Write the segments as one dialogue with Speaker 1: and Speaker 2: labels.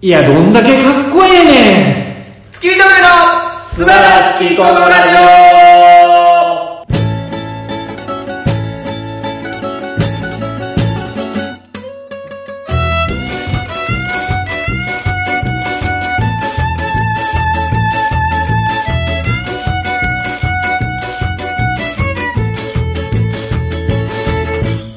Speaker 1: いや、どんだけかっこええね
Speaker 2: 月見峠の素晴らしきこのラジオ
Speaker 1: ん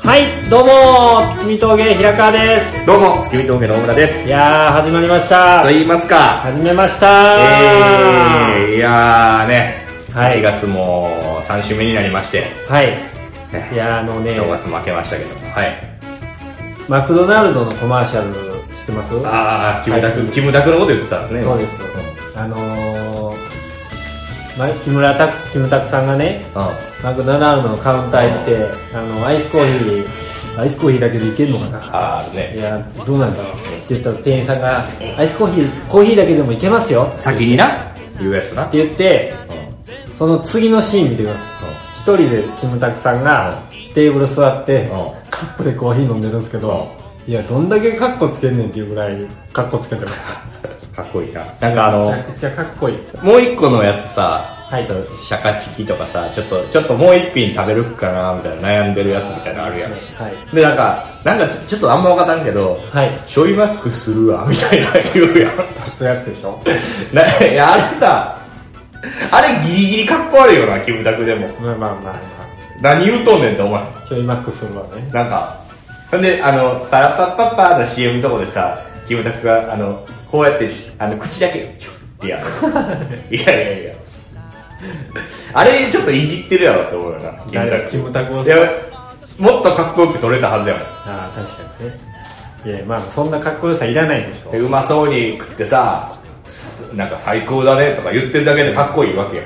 Speaker 1: はい、どうも、月見峠平川です。
Speaker 2: どうも、月見峠の大村です。
Speaker 1: いやー、始まりました
Speaker 2: と。言いますか、
Speaker 1: 始めました
Speaker 2: えー、いやーね、
Speaker 1: はい
Speaker 2: 8月も3週目になりまして、
Speaker 1: はい。
Speaker 2: ね
Speaker 1: いやー、あのね
Speaker 2: 正、月も明けましたけども、はい。
Speaker 1: マクドナルドのコマーシャル知ってます
Speaker 2: あー、キムタ
Speaker 1: は
Speaker 2: ク、
Speaker 1: い
Speaker 2: キムタクのこと言ってたんですね。
Speaker 1: そうです。あのー、ま木村拓木村拓さんがね、
Speaker 2: うん。
Speaker 1: マクドナルドのカウンター行って、あの、アイスコーヒー、アイスコーヒーだけでいけるのかな
Speaker 2: あー
Speaker 1: い
Speaker 2: ね、
Speaker 1: や、どうなんだろうって言ったら店員さんが、アイスコーヒー、コーヒーだけでもいけますよっ
Speaker 2: 先にな、言うやつな。
Speaker 1: て言って、
Speaker 2: うん
Speaker 1: その次のシーン見てください一人でキムタクさんがテーブル座って
Speaker 2: うん
Speaker 1: カップでコーヒー飲んでるんですけどいやどんだけカッコつけんねんっていうぐらいカッコつけてます
Speaker 2: かっこいいな。なんかあの
Speaker 1: め、ちゃくちゃかっこいい
Speaker 2: もう一個のやつさ、
Speaker 1: はい
Speaker 2: シャカチキとかさ、ちょっと、ちょっともう一品食べるかな、みたいな悩んでるやつみたいなのあるやん。
Speaker 1: はい
Speaker 2: でなんかなんかちょちょっとあんま分からんけど、
Speaker 1: はい
Speaker 2: ちょいマックするわみたいな言うやん
Speaker 1: そういうやつでしょ
Speaker 2: ないやあれさあれギリギリかっこ悪いよなキムタクでも
Speaker 1: まあまあまあま
Speaker 2: 何言うとんねんってお前
Speaker 1: あちょいマックスするわね
Speaker 2: なんかほんであのパラパッパッパーの CM のとこでさキムタクがあのこうやってあの口だけキュッて やるいやいやいやあれちょっといじってるやろって思うよなキムタ
Speaker 1: 誰
Speaker 2: ク
Speaker 1: キムタクを
Speaker 2: いやもっとかっこよく撮れたはずやもん
Speaker 1: ああ確かにねいやまあそんなかっこよさいらないでしょ
Speaker 2: でうまそうに食ってさすなんか最高だねとか言ってるだけでかっこいいわけや、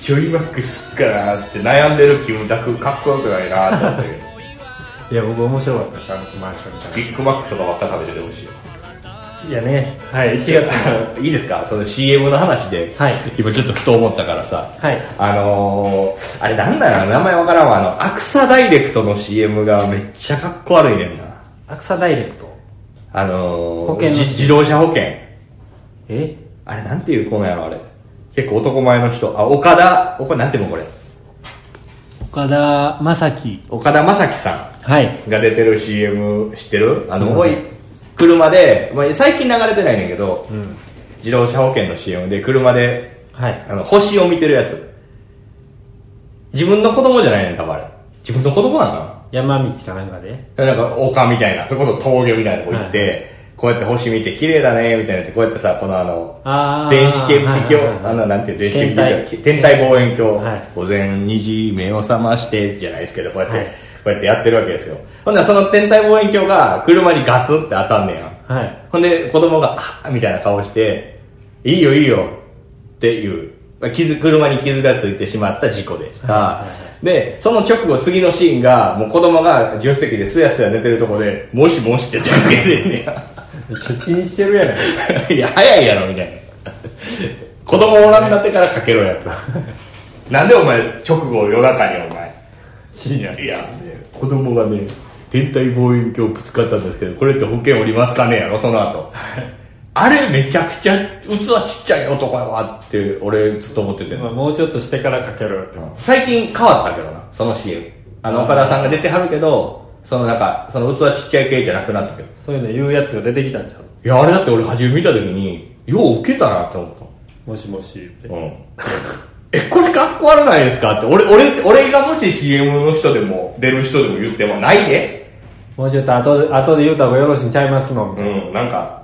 Speaker 2: ちょいマックスっかなって悩んでるキムタクかっこよくないなって思 ったけど
Speaker 1: いや僕面白かったですあのコマーシャルみたい
Speaker 2: ビッグマックとかばっか食べててほしいよ
Speaker 1: ないやねはい1月の
Speaker 2: いいですかその CM の話で、
Speaker 1: はい
Speaker 2: 今ちょっとふと思ったからさ、
Speaker 1: はい
Speaker 2: あのー、あれなんだろうな名前わからんわあのアクサダイレクトの CM がめっちゃかっこ悪いねんな
Speaker 1: アクサダイレクト
Speaker 2: あのー、
Speaker 1: 保険の
Speaker 2: じ自動車保険
Speaker 1: え
Speaker 2: あれなんていうコーナーやろあれ結構男前の人あ岡田おこれなんていうのこれ
Speaker 1: 岡田将生
Speaker 2: 岡田将生さ
Speaker 1: はい
Speaker 2: んが出てる CM 知ってるあの
Speaker 1: うん
Speaker 2: 重い車で、まあ、最近流れてないねんけど、自動車保険の CM で車で
Speaker 1: はい
Speaker 2: あの星を見てるやつ自分の子供じゃないねん多分あれ自分の子供なんか
Speaker 1: 山道かなんかで
Speaker 2: ななんか丘みたいなそれこそ峠みたいなとこ行って、こうやって星見て綺麗だねみたいなってこうやってさこのあの
Speaker 1: あー
Speaker 2: 電子顕微
Speaker 1: はい
Speaker 2: 鏡
Speaker 1: はいはい
Speaker 2: あのなんていう電子顕微
Speaker 1: 天
Speaker 2: 鏡
Speaker 1: 体
Speaker 2: 天体望遠鏡、
Speaker 1: はい
Speaker 2: 午前2時目を覚ましてじゃないですけどこうやって、
Speaker 1: はい
Speaker 2: こうやってやってるわけですよほんならその天体望遠鏡が車にガツって当たんねや
Speaker 1: はい
Speaker 2: ほんで子供が「あみたいな顔して「いいよいいよ」っていうまあ傷車に傷がついてしまった事故でした、でその直後次のシーンがもう子供が助手席ですやすや寝てるとこで「もしもし」って言ってかけてんねや
Speaker 1: めっちゃ気にしてるやない
Speaker 2: いや、早いやろ、みたいな。子供おらんなってからかけろやと。 なんでお前、直後夜中にお前。
Speaker 1: 深夜
Speaker 2: いや、ね、子供がね、天体望遠鏡ぶつかったんですけど、これって保険おりますかねやろ、その後。あれ、めちゃくちゃ、器ちっちゃい男やわって、俺、ずっと思ってて。
Speaker 1: まあもうちょっとしてからかけろよって
Speaker 2: 最近変わったけどな、その CM。あの、岡田さんが出てはるけど、そのなんか、その器ちっちゃい系じゃなくなったけど。
Speaker 1: そういうの言うやつが出てきたんちゃう
Speaker 2: いや、あれだって俺、初め見た時に、よう受けたなって思った。
Speaker 1: もしもし言って
Speaker 2: うん、 えこれかっこ悪ないですかって俺俺俺がもし CM の人でも出る人でも言ってもないで
Speaker 1: もうちょっと後で後で言うた方がよろしいんちゃいますのみた
Speaker 2: う
Speaker 1: いなん
Speaker 2: なんか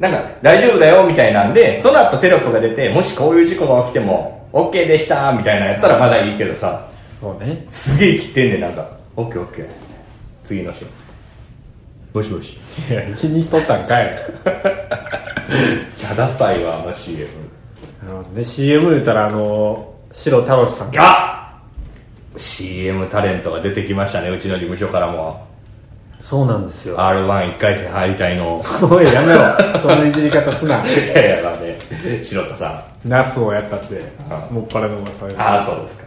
Speaker 2: なんか大丈夫だよみたいなんでその後テロップが出てもしこういう事故が起きても OK でしたみたいなやったらまだいいけどさ
Speaker 1: そうね
Speaker 2: すげえ切ってんねんなんか OKOK 次のシーンもしもし
Speaker 1: いや気にしとったんか い
Speaker 2: じゃダサいわあの CM
Speaker 1: なるほどね CM 言うたらあの白太郎さん
Speaker 2: あ CM タレントが出てきましたねうちの事務所からも
Speaker 1: そうなんですよ
Speaker 2: r 1 1回戦敗退の
Speaker 1: おいやめろ そのいじり方すない
Speaker 2: やいやまあね白田さん
Speaker 1: ナスをやったって
Speaker 2: あ
Speaker 1: もっぱらの噂です
Speaker 2: ああそうですか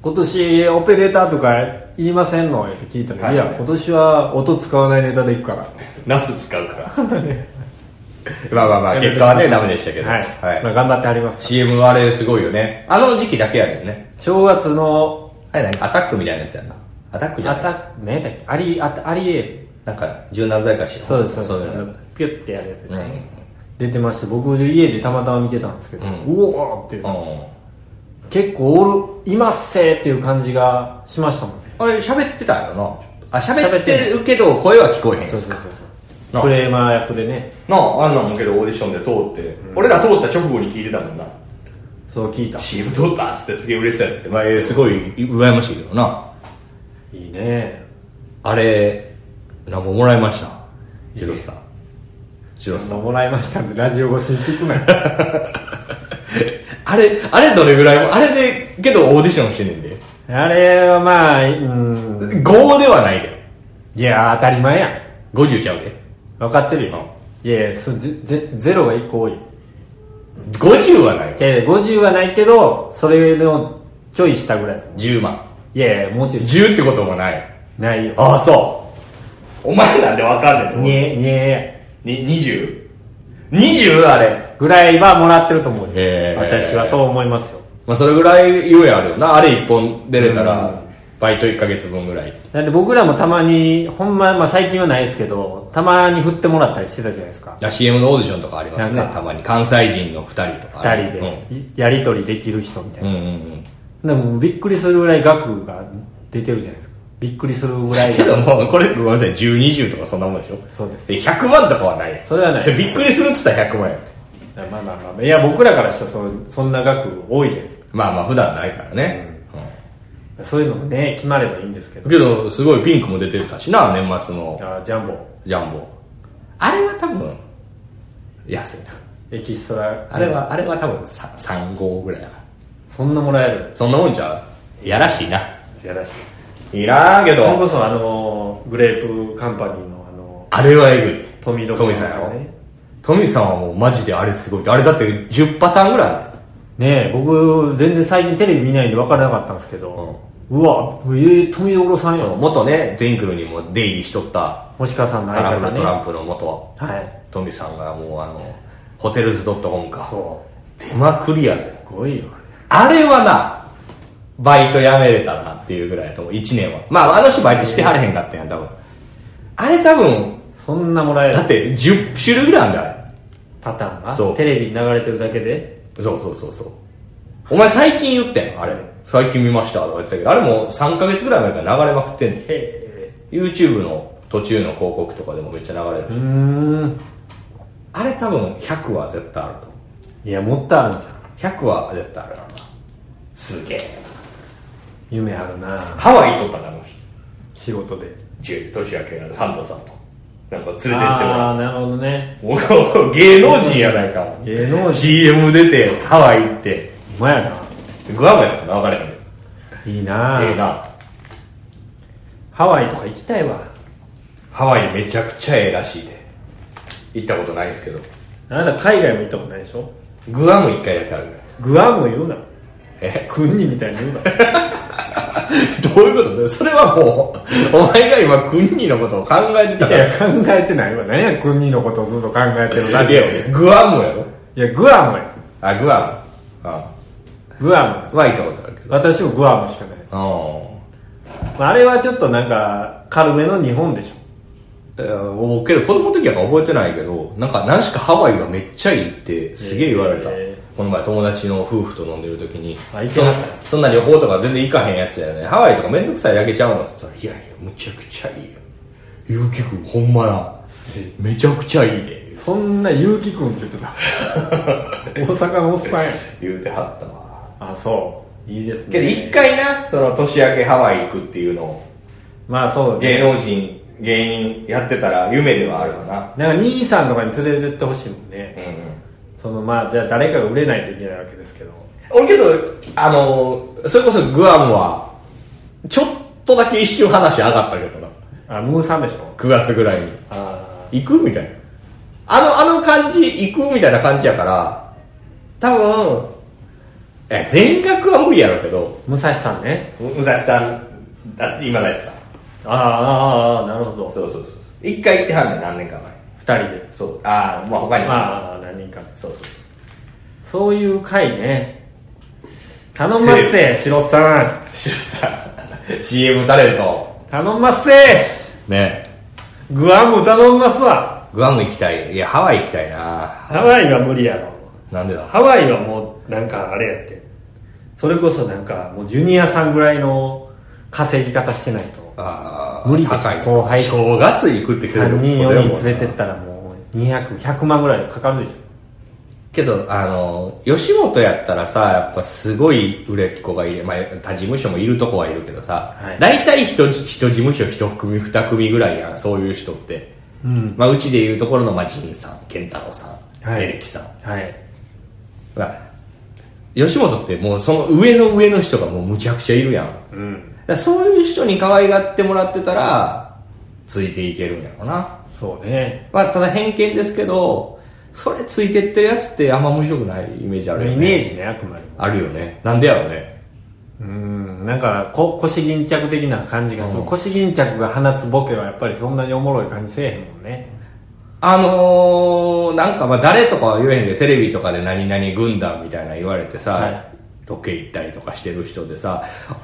Speaker 1: 今年オペレーターとかいりませんのって聞いたら、、
Speaker 2: はいい
Speaker 1: や今年は音使わないネタでいくから
Speaker 2: ナス使うからっつってまあまあまあ結果はねダメでしたけど
Speaker 1: はい、まあ、頑張ってあります
Speaker 2: CM あれすごいよねあの時期だけやねんね
Speaker 1: 正月の
Speaker 2: あれ何アタックみたいなやつやんなアタックじゃ
Speaker 1: ア
Speaker 2: な
Speaker 1: タ
Speaker 2: い
Speaker 1: ック何だっけアリアタアリエール
Speaker 2: なんか柔軟剤かしら
Speaker 1: そうですそうです
Speaker 2: いの
Speaker 1: ピュッてやるやつでしょ、出てまして僕家でたまたま見てたんですけど、うおーって、
Speaker 2: うん
Speaker 1: 結構おるいますせーっていう感じがしましたもんね
Speaker 2: あれ喋ってたよなあ喋ってるけど声は聞こえへん
Speaker 1: そ
Speaker 2: や
Speaker 1: う
Speaker 2: つ
Speaker 1: そう
Speaker 2: か
Speaker 1: そうそ
Speaker 2: な
Speaker 1: うクレーマー役でね
Speaker 2: なああんなんもけどオーディションで通って、俺ら通った直後に聞いてたもんな
Speaker 1: そう聞いた
Speaker 2: CM 通ったっつってすげえ嬉しそうやってまあえーすごい羨ましいけどない
Speaker 1: いね
Speaker 2: あれなんぼもらいましたジロスさんジロスさん
Speaker 1: もらいましたんでラジオ越しに聞くなよ
Speaker 2: あれあれどれぐらいもあれでけどオーディションしてんねんで
Speaker 1: あれはまあうん
Speaker 2: 5ではないで
Speaker 1: いや当たり前やん
Speaker 2: 50ちゃうで
Speaker 1: 分かってるよ、いやいやそぜぜゼロが1個多い
Speaker 2: 50はない
Speaker 1: いやいや50はないけどそれのちょい下ぐらいだと思
Speaker 2: 10万
Speaker 1: ういやいやもうちょい
Speaker 2: 10ってこともない
Speaker 1: ないよ
Speaker 2: ああそうお前なんでわかんねえと思
Speaker 1: に
Speaker 2: う
Speaker 1: えにえ
Speaker 2: に 20? 20あれ、
Speaker 1: ぐらいはもらってると思うよ、
Speaker 2: へー
Speaker 1: 私はそう思いますよ
Speaker 2: まあ、それぐらい夢あるよなあれ1本出れたらバイト1か月分ぐらい
Speaker 1: だって僕らもたまにほんま、まあ、最近はないですけどたまに振ってもらったりしてたじゃないですか
Speaker 2: あ CM のオーディションとかありますね
Speaker 1: なんか
Speaker 2: たまに関西人の2人とか
Speaker 1: 2
Speaker 2: ね、
Speaker 1: 人でいやり取りできる人みたい
Speaker 2: うん、
Speaker 1: な、
Speaker 2: うんうんうん
Speaker 1: でもびっくりするぐらい額が出てるじゃないですかびっくりするぐらい
Speaker 2: けど
Speaker 1: が
Speaker 2: もうこれごめんなさい1020とかそんなもんでしょ
Speaker 1: そうです
Speaker 2: で100万とかはないやん
Speaker 1: それはない
Speaker 2: びっくりするっつったら100万やん
Speaker 1: まあまあまあまあいや僕らからしたらそそんな額多いじゃないですか
Speaker 2: まあまあ普段ないからね、
Speaker 1: そういうのもね決まればいいんですけ
Speaker 2: う
Speaker 1: ど
Speaker 2: んけどすごいピンクも出てたしな年末の
Speaker 1: あジャンボ
Speaker 2: ジャンボあれは多分安いな
Speaker 1: エキストラ
Speaker 2: あれは、あれは多分 3, 3号ぐらいだな
Speaker 1: そんなもらえる
Speaker 2: そんなもんちゃうやらしいな
Speaker 1: やらしい
Speaker 2: いいなけ
Speaker 1: それこそあのグレープカンパニーのあの
Speaker 2: あれはえぐい
Speaker 1: 富
Speaker 2: 富
Speaker 1: 所
Speaker 2: さ
Speaker 1: さ
Speaker 2: ん
Speaker 1: ん
Speaker 2: や
Speaker 1: とか
Speaker 2: ろ
Speaker 1: ね
Speaker 2: 富さんはもうマジであれすごいあれだって10パターンぐらいあるんだよ
Speaker 1: ねえ僕全然最近テレビ見ないんで分からなかったんですけど、うわえー、富所さんや
Speaker 2: その元ねトゥインクルにも出入りしとった
Speaker 1: 星川さんの
Speaker 2: カ
Speaker 1: 相
Speaker 2: ラフ
Speaker 1: 方
Speaker 2: ル
Speaker 1: ね
Speaker 2: トランプの元
Speaker 1: はい
Speaker 2: 富さんがもうあのホテルズ .com か
Speaker 1: そう
Speaker 2: 出まくりやです
Speaker 1: ごいよ
Speaker 2: あれはなバイト辞めれたなっていうぐらいだと思う1年はまああの人バイトしてはれへんかったんやん多分あれ多分
Speaker 1: そんなもらえ
Speaker 2: だっ
Speaker 1: る
Speaker 2: て10種類ぐらいあるんだよあれ
Speaker 1: パターン
Speaker 2: そう
Speaker 1: がテレビに流れてるだけで
Speaker 2: そうそうそうそうお前最近言ってんあれ最近見ましたとか言ってたけどあれもう3ヶ月ぐらい前から流れまくってんねん
Speaker 1: へえ
Speaker 2: YouTube の途中の広告とかでもめっちゃ流れる
Speaker 1: う
Speaker 2: し、
Speaker 1: ーん
Speaker 2: あれ多分100は絶対あると思う
Speaker 1: いやもっとあるんじゃん
Speaker 2: 100は絶対あるなすげえ
Speaker 1: 夢あるな
Speaker 2: ハワイとかなの日
Speaker 1: 仕事で
Speaker 2: 中年明けサンタさんとなんか連れてっても
Speaker 1: あ
Speaker 2: ら
Speaker 1: あーなるほどね
Speaker 2: うもう芸能人やないか
Speaker 1: 芸能人
Speaker 2: CM 出てハワイ行って
Speaker 1: ほんまやな
Speaker 2: グアムやったかな分からへんけど
Speaker 1: いいな
Speaker 2: ええな
Speaker 1: ハワイとか行きたいわ
Speaker 2: ハワイめちゃくちゃええらしいで行ったことないんですけど
Speaker 1: あなた海外も行ったことないでしょ
Speaker 2: グアム一回だけあるぐらいです
Speaker 1: グアム言うな
Speaker 2: え
Speaker 1: 国みたいに言うな
Speaker 2: どういうことだよそれはもうお前が今クニのことを考えてた
Speaker 1: い
Speaker 2: から
Speaker 1: や考えてないわ何や国のことをずっと考えてるラ
Speaker 2: い
Speaker 1: ジオ
Speaker 2: や
Speaker 1: で
Speaker 2: グアムやろ
Speaker 1: いやグアムや
Speaker 2: あグアムあ
Speaker 1: グアムです
Speaker 2: は行ったことあるけど
Speaker 1: 私もグアムしかないです、
Speaker 2: あ
Speaker 1: まあ、あれはちょっとなんか軽めの日本でしょ
Speaker 2: あ僕けど子供の時は覚えてないけどなんか何しかハワイがめっちゃいいってすげえ言われた、
Speaker 1: え
Speaker 2: この前友達の夫婦と飲んでる時に
Speaker 1: あ行け
Speaker 2: そん
Speaker 1: な
Speaker 2: な
Speaker 1: かった
Speaker 2: そんな旅行とか全然行かへんやつやねハワイとかめんどくさいだけちゃうのって言ったら「いやいやむちゃくちゃいいよ結城君ほんまな
Speaker 1: え
Speaker 2: めちゃくちゃいいね」
Speaker 1: そんな結城君って言って た大阪のおっさんや
Speaker 2: 言うてはったわ
Speaker 1: あそういいですね
Speaker 2: けど一回なその年明けハワイ行くっていうのを
Speaker 1: まあそう
Speaker 2: 芸
Speaker 1: ね
Speaker 2: 能人芸人やってたら夢ではあるわな
Speaker 1: なんか兄さんとかに連れてってほしいもんね、
Speaker 2: うんうん
Speaker 1: そのまあじゃあ誰かが売れないといけないわけですけど
Speaker 2: 俺けどあのーそれこそグアムはちょっとだけ一瞬話上がったけどな
Speaker 1: あムーさんでしょ
Speaker 2: 9月ぐらいに
Speaker 1: あ
Speaker 2: 行くみたいなあのあの感じ行くみたいな感じやから多分え全額は無理やろうけど
Speaker 1: 武蔵さんね
Speaker 2: 武蔵さんだって今だしさん
Speaker 1: ああああああなるほど
Speaker 2: そうそうそう一回行ってはんねん何年か前
Speaker 1: 二人で
Speaker 2: そうああまあ他にも、
Speaker 1: まあ何人か
Speaker 2: そうそうそう
Speaker 1: そういう回ね頼まっせ白さん
Speaker 2: 白さ ん CM タレント
Speaker 1: 頼まっせ
Speaker 2: ね
Speaker 1: グアム頼んますわ
Speaker 2: グアム行きたいいやハワイ行きたいな
Speaker 1: ハワイは無理やろ
Speaker 2: なんでだ
Speaker 1: ハワイはもうなんかあれやってそれこそなんかもうジュニアさんぐらいの稼ぎ方してないと
Speaker 2: あ
Speaker 1: 無理でしょ
Speaker 2: 高い
Speaker 1: 後輩
Speaker 2: 正月行くって聞
Speaker 1: 3人
Speaker 2: これはも
Speaker 1: 4
Speaker 2: う
Speaker 1: 人連れてったらもう200100万ぐらいかかるでし
Speaker 2: けどあの吉本やったらさやっぱすごい売れっ子がいる、まあ、他事務所もいるとこはいるけどさ、
Speaker 1: はい
Speaker 2: 大体一事一事務所一組二組ぐらいやんそういう人って、
Speaker 1: ょうん
Speaker 2: まあ、うちでいうところの、まあ、ジンさん健太郎さん、
Speaker 1: はい
Speaker 2: エレキさん
Speaker 1: はい
Speaker 2: まあ吉本ってもうその上の上の人がもうむちゃくちゃいるやんだか
Speaker 1: うん
Speaker 2: らそういう人に可愛がってもらってたらついていけるんやろな
Speaker 1: そうね
Speaker 2: まあ、ただ偏見ですけど、それついてってるやつってあんま面白くないイメージあるよね。
Speaker 1: イメージねあくまでも
Speaker 2: あるよね。なんでやろうね。
Speaker 1: うんなんかこ腰巾着的な感じがする、
Speaker 2: うん
Speaker 1: 腰巾着が放つボケはやっぱりそんなにおもろい感じせえへんもんね
Speaker 2: あのー、なんかまあ誰とかは言えへんけど、テレビとかで何々軍団みたいな言われてさ、
Speaker 1: はい
Speaker 2: ロケ行ったりとかしてる人でさ、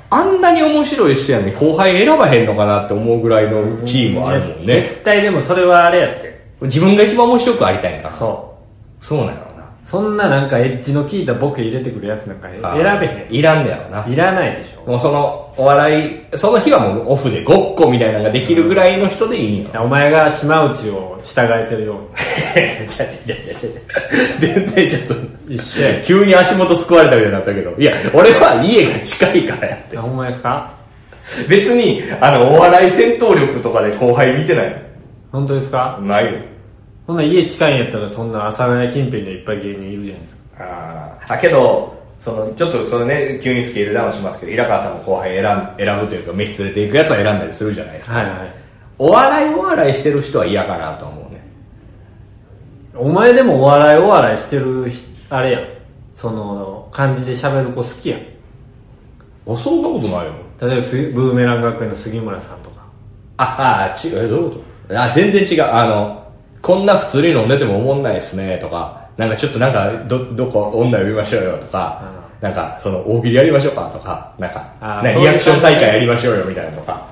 Speaker 2: あんなに面白い人やのに後輩選ばへんのかなって思うぐらいのチームあるもんね。
Speaker 1: 絶対でもそれはあれやって
Speaker 2: 自分が一番面白くありたいんかな。
Speaker 1: そ
Speaker 2: そうなんやろうな。
Speaker 1: うそんななんかエッジの効いたボケ入れてくるやつなんか選
Speaker 2: あー
Speaker 1: べへ
Speaker 2: いらんねやろうな。
Speaker 1: んいらないでしょ
Speaker 2: もうそのお笑い、その日はもうオフでごっこみたいなのができるぐらいの人でいいんよ。
Speaker 1: お前が島内を従えてる よう
Speaker 2: ちゃちゃちゃちゃ全然ちょっ
Speaker 1: に一緒や
Speaker 2: と、急に足元すくわれたみたいになったけど、いや、俺は家が近いからやって。
Speaker 1: あほんまですか
Speaker 2: 別に、あの、お笑い戦闘力とかで後輩見てない
Speaker 1: 本当ですか
Speaker 2: ないよ。
Speaker 1: ほんなら家近いんやったらそんな阿佐ヶ谷近辺にはいっぱい芸人いるじゃないですか
Speaker 2: あーあ、けど、その、ちょっとそれね、急にスケールダウンしますけど、平川さんも後輩選ん選ぶというか、飯連れていくやつは選んだりするじゃないですか。
Speaker 1: はいはい
Speaker 2: お笑いお笑いしてる人は嫌かなと思うね。
Speaker 1: お前でもお笑いお笑いしてるひあれやんその感じで喋る子好きやん
Speaker 2: あ、そんなことないよ。
Speaker 1: 例えばすブーメラン学園の杉村さんとか
Speaker 2: あ、あー、違う、えどういうことあ、全然違う。あの、こんな普通に飲んでても思んないですね、とか、なんかちょっとなんか、ど、どこ女呼びましょうよ、とか、なんか、その、大喜利やりましょうか、とか、なんか、
Speaker 1: あー
Speaker 2: なん
Speaker 1: そうい
Speaker 2: か
Speaker 1: う
Speaker 2: リアクション大会やりましょうよ、みたいなとか。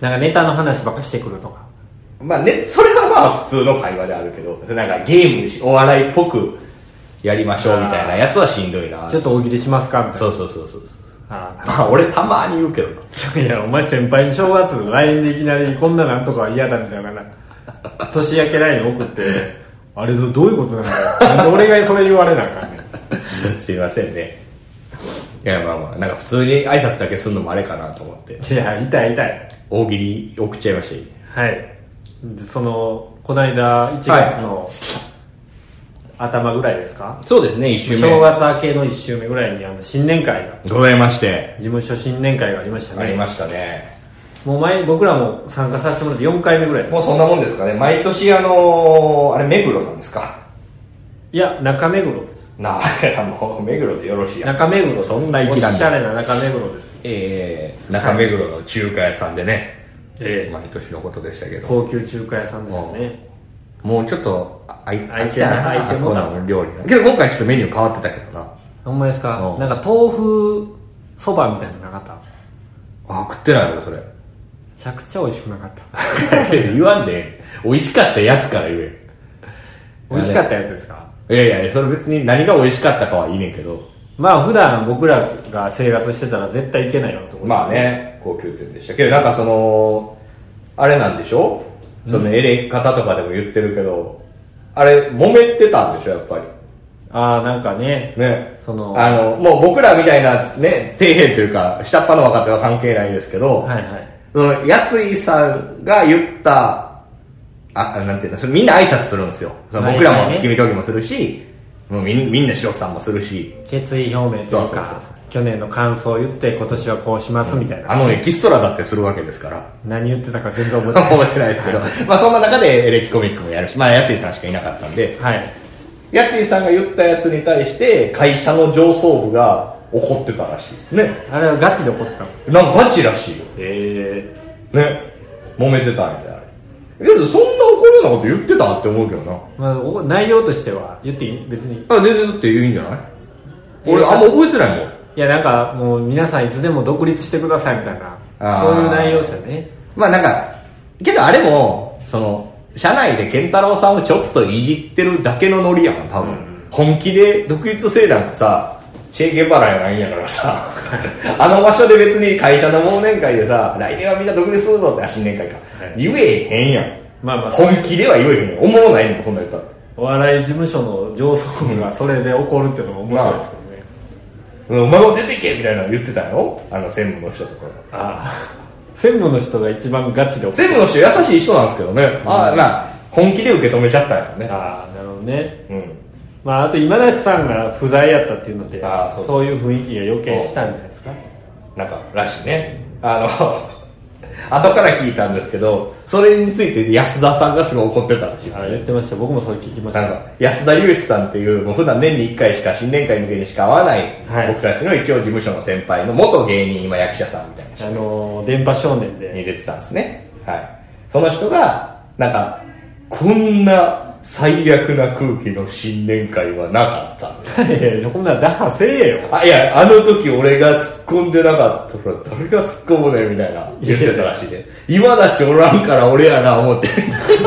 Speaker 1: なんかネタの話ばっかしてくるとか
Speaker 2: まあね、それはまあ普通の会話であるけど、それなんかゲームし、お笑いっぽくやりましょう、みたいなやつはしんどいな。
Speaker 1: ちょっと大喜利しますかみたいな
Speaker 2: そうそうそうそうそう。
Speaker 1: あ
Speaker 2: まあ俺たまに言うけど な。
Speaker 1: あいやお前先輩に正月 LINE でいきなりこんななんとかは嫌だみたいな年明け LINE 送ってあれどどういうことなんだよなんで俺がそれ言われなあかんねん
Speaker 2: すいませんね。いや、まあまあ、なんか普通に挨拶だけするのもあれかなと思って。
Speaker 1: いや痛い痛い
Speaker 2: 大喜利送っちゃいました
Speaker 1: はいでそのこの間1月の頭ぐらいですか、
Speaker 2: そうですね、一周目。
Speaker 1: 正月明けの1週目ぐらいにあの新年会が
Speaker 2: ございまして。
Speaker 1: 事務所新年会がありました
Speaker 2: あり
Speaker 1: ね
Speaker 2: ましたね。
Speaker 1: もう前僕らも参加させてもらって4回目ぐらいです
Speaker 2: もうそんなもんですかね。毎年、あのー、あれ、目黒なんですか。
Speaker 1: いや中目黒です
Speaker 2: なあ、いやもう、目黒でよろしいやん。
Speaker 1: 中目黒です
Speaker 2: そんな
Speaker 1: お
Speaker 2: 粋なんだ
Speaker 1: しゃれな中目黒です
Speaker 2: えー、中目黒の中華屋さんでね、
Speaker 1: ええ
Speaker 2: 毎年のことでしたけど、
Speaker 1: 高級中華屋さんですよね
Speaker 2: もうちょっと、ああい
Speaker 1: あい
Speaker 2: 飽きたな、
Speaker 1: 飽きたな
Speaker 2: この料理が。けど今回ちょっとメニュー変わってたけどな。
Speaker 1: ほんまですか
Speaker 2: うん
Speaker 1: なんか豆腐そばみたいなのなかった
Speaker 2: あ、食ってないよ、それ。
Speaker 1: めちゃくちゃ美味しくなかった
Speaker 2: 言わんでええねん美味しかったやつから言え。
Speaker 1: 美味しかったやつですか
Speaker 2: いやいや、それ別に何が美味しかったかはいいねんけど。
Speaker 1: まあ普段僕らが生活してたら絶対いけないよってこと
Speaker 2: まあね、高級店でしたけど、なんかその、あれなんでしょそのエレ方とかでも言ってるけど、あれ、揉めてたんでしょ、やっぱり。
Speaker 1: ああなんかね
Speaker 2: ね。
Speaker 1: その
Speaker 2: あの、もう僕らみたいなね、底辺というか、下っ端の若手は関係ないですけど、
Speaker 1: はいはい
Speaker 2: その、やついさんが言った、あ、あなんていうの、それみんな挨拶するんですよ。その僕ら
Speaker 1: はいはい
Speaker 2: も
Speaker 1: ね
Speaker 2: 月見峠もするし、もうみんみんな白さんもするし、
Speaker 1: 決意表明という
Speaker 2: そうそうそう
Speaker 1: か
Speaker 2: そう
Speaker 1: 去年の感想を言って今年はこうしますみたいな、
Speaker 2: あのエキストラだってするわけですから。
Speaker 1: 何言ってたか全然覚えてない
Speaker 2: 覚えてないですけど、まあそんな中でエレキコミックもやるし、まあやついさんしかいなかったんで、
Speaker 1: はい
Speaker 2: やついさんが言ったやつに対して、会社の上層部が、怒ってたらしいですね
Speaker 1: あれはガチで怒ってたんです
Speaker 2: なんかガチらしいよ
Speaker 1: え
Speaker 2: ね揉めてたんやであれけどそんな怒るようなこと言ってたって思うけどな
Speaker 1: えまあお内容としては言っていい別に
Speaker 2: あ全然だって言うんじゃない俺
Speaker 1: えー
Speaker 2: あんま覚えてないもん俺
Speaker 1: いやなんかもう皆さんいつでも独立してくださいみたいな
Speaker 2: あー
Speaker 1: そういう内容ですよね
Speaker 2: まあなんかけどあれもその社内で健太郎さんをちょっといじってるだけのノリやん多分、
Speaker 1: うん
Speaker 2: 本気で独立性なんかさチェ・ゲバラやないんやからさ あの場所で別に会社の忘年会でさ来年はみんな独立するぞってあ新年会か、言えへんやん
Speaker 1: まあまあ
Speaker 2: 本気では言えへんよ思わないもんそんなん言ったって
Speaker 1: お笑い事務所の上層部がそれで怒るっていうのも面白いですけどね、
Speaker 2: うんお前も出てけみたいなの言ってたよあの専務の人とかが
Speaker 1: ああ 専務の人が一番ガチで怒
Speaker 2: 専務の人優しい人なんですけどね、ああまあ本気で受け止めちゃったんやろね
Speaker 1: ああなるほどね
Speaker 2: うん
Speaker 1: まああと今梨さんが不在やったっていうので
Speaker 2: あーそう
Speaker 1: そういう雰囲気が余計したんじゃないですか
Speaker 2: なんからしいねあの 後から聞いたんですけどそれについて安田さんがすごい怒ってたらしい
Speaker 1: あー言ってました僕もそれ聞きまし
Speaker 2: な
Speaker 1: た
Speaker 2: んか安田祐志さんっていうもう普段年に1回しか新年会の時にしか会わない、
Speaker 1: はい
Speaker 2: 僕たちの一応事務所の先輩の元芸人今役者さんみたいな人
Speaker 1: あのー電波少年で
Speaker 2: に出てたんですねはいその人がなんかこんな最悪な空気の新年会はなかった
Speaker 1: いやいやこんなん打破せえよ
Speaker 2: あいやあの時俺が突っ込んでなかったから誰が突っ込むねみたいな言ってたらしいね今だっておらんから俺やな思って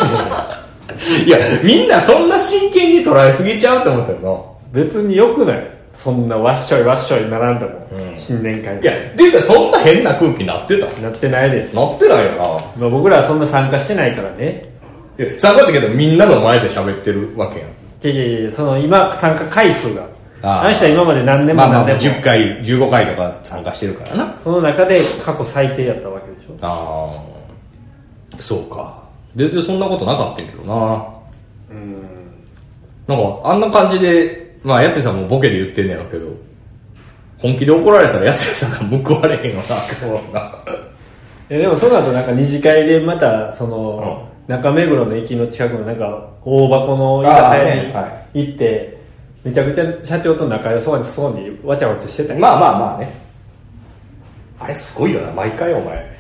Speaker 2: いやみんなそんな真剣に捉えすぎちゃうと思ったよ
Speaker 1: 別によくないそんなわっしょいわっしょい並んだもん、
Speaker 2: うん
Speaker 1: 新年会
Speaker 2: ないやっていうかそんな変な空気なってた
Speaker 1: なってないです、
Speaker 2: なってないよ
Speaker 1: まあ、僕らはそんな参加してないからね
Speaker 2: ないや参加ってけどみんなの前で喋ってるわけやん
Speaker 1: いやいやいやその今参加回数が
Speaker 2: あ
Speaker 1: あ
Speaker 2: ー
Speaker 1: の人は今まで何年も
Speaker 2: まあまあ
Speaker 1: 何
Speaker 2: まあ
Speaker 1: 年も、
Speaker 2: 10回15回とか参加してるからな
Speaker 1: その中で過去最低やったわけでしょ
Speaker 2: ああそうか全然そんなことなかったんやけどな
Speaker 1: うん
Speaker 2: なんか、あんな感じで、まあ、やついさんもボケで言ってんねやろうけど、本気で怒られたらやついさんが報われへんよな、そうな。
Speaker 1: えでもその後なんか二次会でまたその、中目黒の駅の近くのなんか大箱の居酒
Speaker 2: あーねは
Speaker 1: 屋に行って、めちゃくちゃ社長と仲良そうにそうにわちゃわちゃしてたよ
Speaker 2: まあまあまあね。あれすごいよな、毎回お前。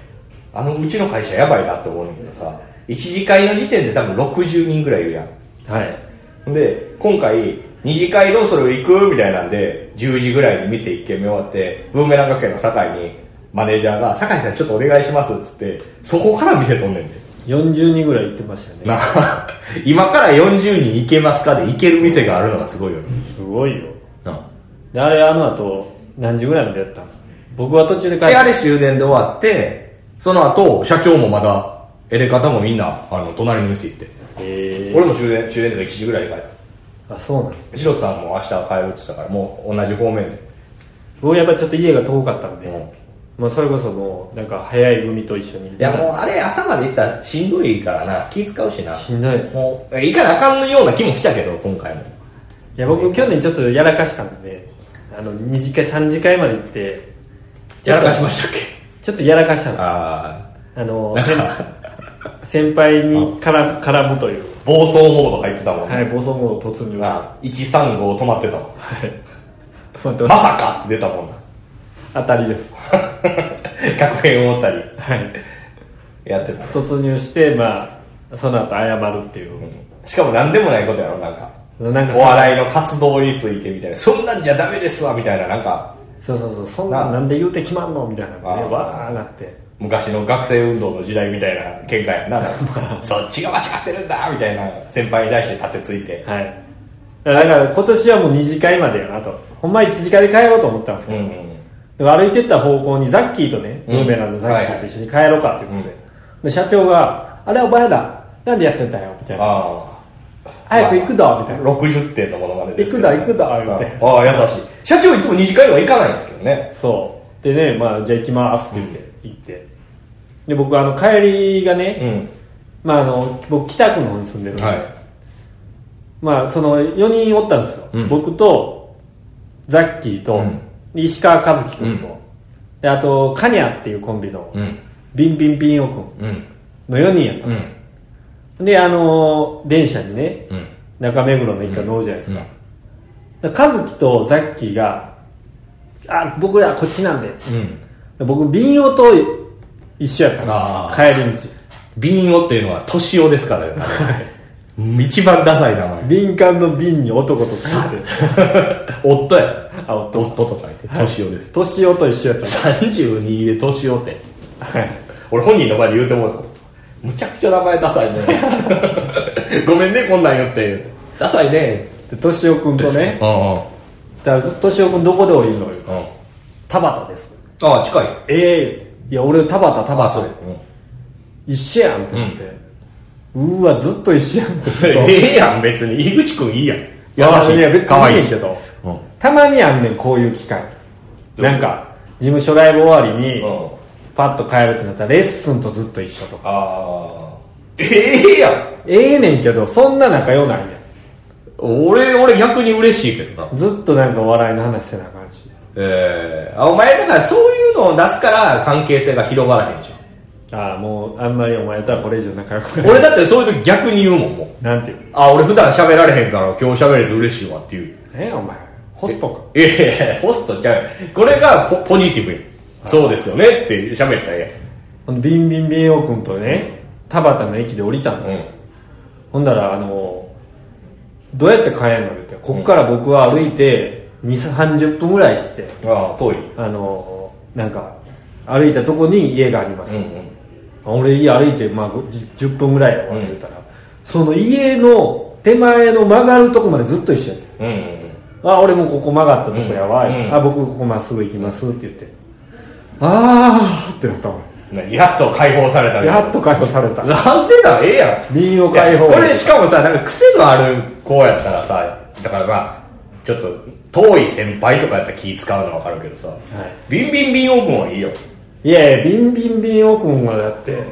Speaker 2: あの、うちの会社やばいなって思うねんだけどさ、一次会の時点で多分60人ぐらいいるやん。
Speaker 1: はい
Speaker 2: ほんで、今回、二次会どうする行くみたいなんで、10時ぐらいに店1軒目終わって、ブーメラン学園の酒井に、マネージャーが、酒井さんちょっとお願いしますっつって、そこから店取んねんで。
Speaker 1: 40人ぐらい行ってましたよね
Speaker 2: な 今から40人行けますかで行ける店があるのがすごいよね
Speaker 1: すごいよ
Speaker 2: な
Speaker 1: であれあの後何時ぐらいまでやったんですか僕は途中で帰っ
Speaker 2: で
Speaker 1: て
Speaker 2: あれ終電で終わってその後社長もまだエレ方もみんなあの隣の店行って、
Speaker 1: え
Speaker 2: 俺も終電終電とか1時ぐらいで帰った
Speaker 1: ー、あそうなんです
Speaker 2: 白田さんも明日帰るって言ってたからもう同じ方面で
Speaker 1: 僕やっぱちょっと家が遠かったんで、
Speaker 2: うん
Speaker 1: まあ、それこそもうなんか早い組と一緒に
Speaker 2: いやもうあれ朝まで行ったらしんどいからな気使うしな
Speaker 1: しんどいい
Speaker 2: もう行かなあかんような気もしたけど今回も
Speaker 1: や僕去年ちょっとやらかしたんであの2次会3次会まで行って
Speaker 2: やらかしましたっけ
Speaker 1: ちょっとやらかしたんです
Speaker 2: あ
Speaker 1: あの
Speaker 2: あなん
Speaker 1: 先
Speaker 2: か
Speaker 1: 先輩にから絡むという
Speaker 2: 暴走モード入ってたもんね、
Speaker 1: はい暴走モード突入は
Speaker 2: な135止まってたも
Speaker 1: い
Speaker 2: ん
Speaker 1: 止まってま
Speaker 2: ますさかって出たもんな
Speaker 1: 当たりです
Speaker 2: 確変を持ったり
Speaker 1: はい
Speaker 2: やってた
Speaker 1: 突入してまあその後謝るっていう、
Speaker 2: しかも何でもないことやろなんか
Speaker 1: なんか
Speaker 2: お笑いの活動についてみたいなそんなんじゃダメですわみたいななんか
Speaker 1: そうそうそうそんなんな
Speaker 2: な
Speaker 1: んで言うて決まんのみたいなね
Speaker 2: あー
Speaker 1: わーなって
Speaker 2: 昔の学生運動の時代みたいな見解やん ななんかそっちが間違ってるんだみたいな先輩に対して立てついて
Speaker 1: はいだから今年はもう2次会までやなとほんま1次会で帰ろうと思ったんです
Speaker 2: うん
Speaker 1: けど、
Speaker 2: うん
Speaker 1: でも歩いてった方向にザッキーとね
Speaker 2: うん
Speaker 1: ブーメランのザッキーと一緒に帰ろうかって言って
Speaker 2: は
Speaker 1: て、
Speaker 2: い
Speaker 1: で社長が「あれお前らなんでやってんだよ」みたいな
Speaker 2: あ
Speaker 1: 「早く行くだ」みた
Speaker 2: あ
Speaker 1: いな
Speaker 2: 60点のものまでですけど
Speaker 1: 行くだ行くだ言う
Speaker 2: ああ優しい社長いつも二次会は行かないんですけどね
Speaker 1: そうでね、まあ、じゃあ行きますって言って、行ってで僕あの帰りがね、
Speaker 2: ん
Speaker 1: まあ、あの僕北区の方に住んでるんで、
Speaker 2: はい
Speaker 1: まあその4人おったんですよ、
Speaker 2: うん
Speaker 1: 僕とザッキーと、
Speaker 2: うん
Speaker 1: 石川和樹君と、
Speaker 2: う
Speaker 1: であとカニャっていうコンビの、
Speaker 2: うん
Speaker 1: ビンビンビンオ君
Speaker 2: うん
Speaker 1: の4人やったんで
Speaker 2: うん
Speaker 1: す、であのー電車にね
Speaker 2: うん
Speaker 1: 中目黒の一家乗るじゃないです
Speaker 2: う
Speaker 1: か、
Speaker 2: ん
Speaker 1: だから和樹とザッキーがあ僕らこっちなんで
Speaker 2: うん。
Speaker 1: 僕民謡と一緒やった
Speaker 2: あ
Speaker 1: の帰り道
Speaker 2: 瓶をっていうのは年をですからね。うん一番ダサい名前。
Speaker 1: 敏感の瓶に男と書いて
Speaker 2: 夫や。
Speaker 1: あ夫
Speaker 2: 夫と書いて、年をです。
Speaker 1: 年男と一緒やった
Speaker 2: 32で年をって。
Speaker 1: のはい
Speaker 2: 俺本人の前で言うてもうとむちゃくちゃ名前ダ サいねごめんねこんなん言ってダサいね
Speaker 1: で敏夫君とね
Speaker 2: うんうんうん
Speaker 1: だから敏夫君どこで降りるのよ田畑です
Speaker 2: ああ近い
Speaker 1: ええいや俺田畑田
Speaker 2: ああそう
Speaker 1: 畑一緒やんって思って、うーわずっと一緒やんってずっと
Speaker 2: ええやん別に井口くんいいやん優しい
Speaker 1: いや別
Speaker 2: かわ
Speaker 1: にいい
Speaker 2: い
Speaker 1: ね
Speaker 2: い
Speaker 1: んけど
Speaker 2: うん
Speaker 1: たまにあんねんこういう機会
Speaker 2: どういう
Speaker 1: なんか事務所ライブ終わりに
Speaker 2: うん
Speaker 1: パッと帰るってなったらレッスンとずっと一緒とか
Speaker 2: ああええやん
Speaker 1: ええねんけどそんな仲良ないね
Speaker 2: 俺俺逆に嬉しいけどなん
Speaker 1: ずっとなんかお笑いの話してなあかんし
Speaker 2: ええあお前だからそういうのを出すから関係性が広がらへんじゃん
Speaker 1: ああもうあんまりお前とはこれ以上仲良くない
Speaker 2: 俺だってそういう時逆に言うもんもう
Speaker 1: なんていう
Speaker 2: あ俺普段喋られへんから今日喋れて嬉しいわっていう
Speaker 1: えお前ホストか
Speaker 2: いやいやいやホストちゃうこれがポポジティブやそうですよねって喋ったらえ
Speaker 1: ほんでビンビンビンオ君とね田畑の駅で降りたんです
Speaker 2: え
Speaker 1: よ
Speaker 2: やん、
Speaker 1: ほんだら、あの、どうやって帰んのって、こっから僕は歩いて、2、30分ぐらいして、
Speaker 2: うん、ああ遠い
Speaker 1: あの、なんか、歩いたとこに家があります。
Speaker 2: うんうん
Speaker 1: 俺家歩いて、まあ、じゅ 10, 分ぐらいやわって言うたら、その家の手前の曲がるとこまでずっと一緒やって。
Speaker 2: うんうん
Speaker 1: あ、俺もここ曲がったとこやわ。
Speaker 2: うん
Speaker 1: あ、僕ここまっすぐ行きますって言って。あーってなったわ。
Speaker 2: うんなやっと解放されたね
Speaker 1: やっと解放された。
Speaker 2: なんでだええやん
Speaker 1: 民謡解放
Speaker 2: いやこれしかもさなんか癖のある子やったらさだからまあちょっと遠い先輩とかやったら気使うのは分かるけどさ、ビンビンビンオープンはいいよ
Speaker 1: いやいや、ビンビンビンオ君はだって、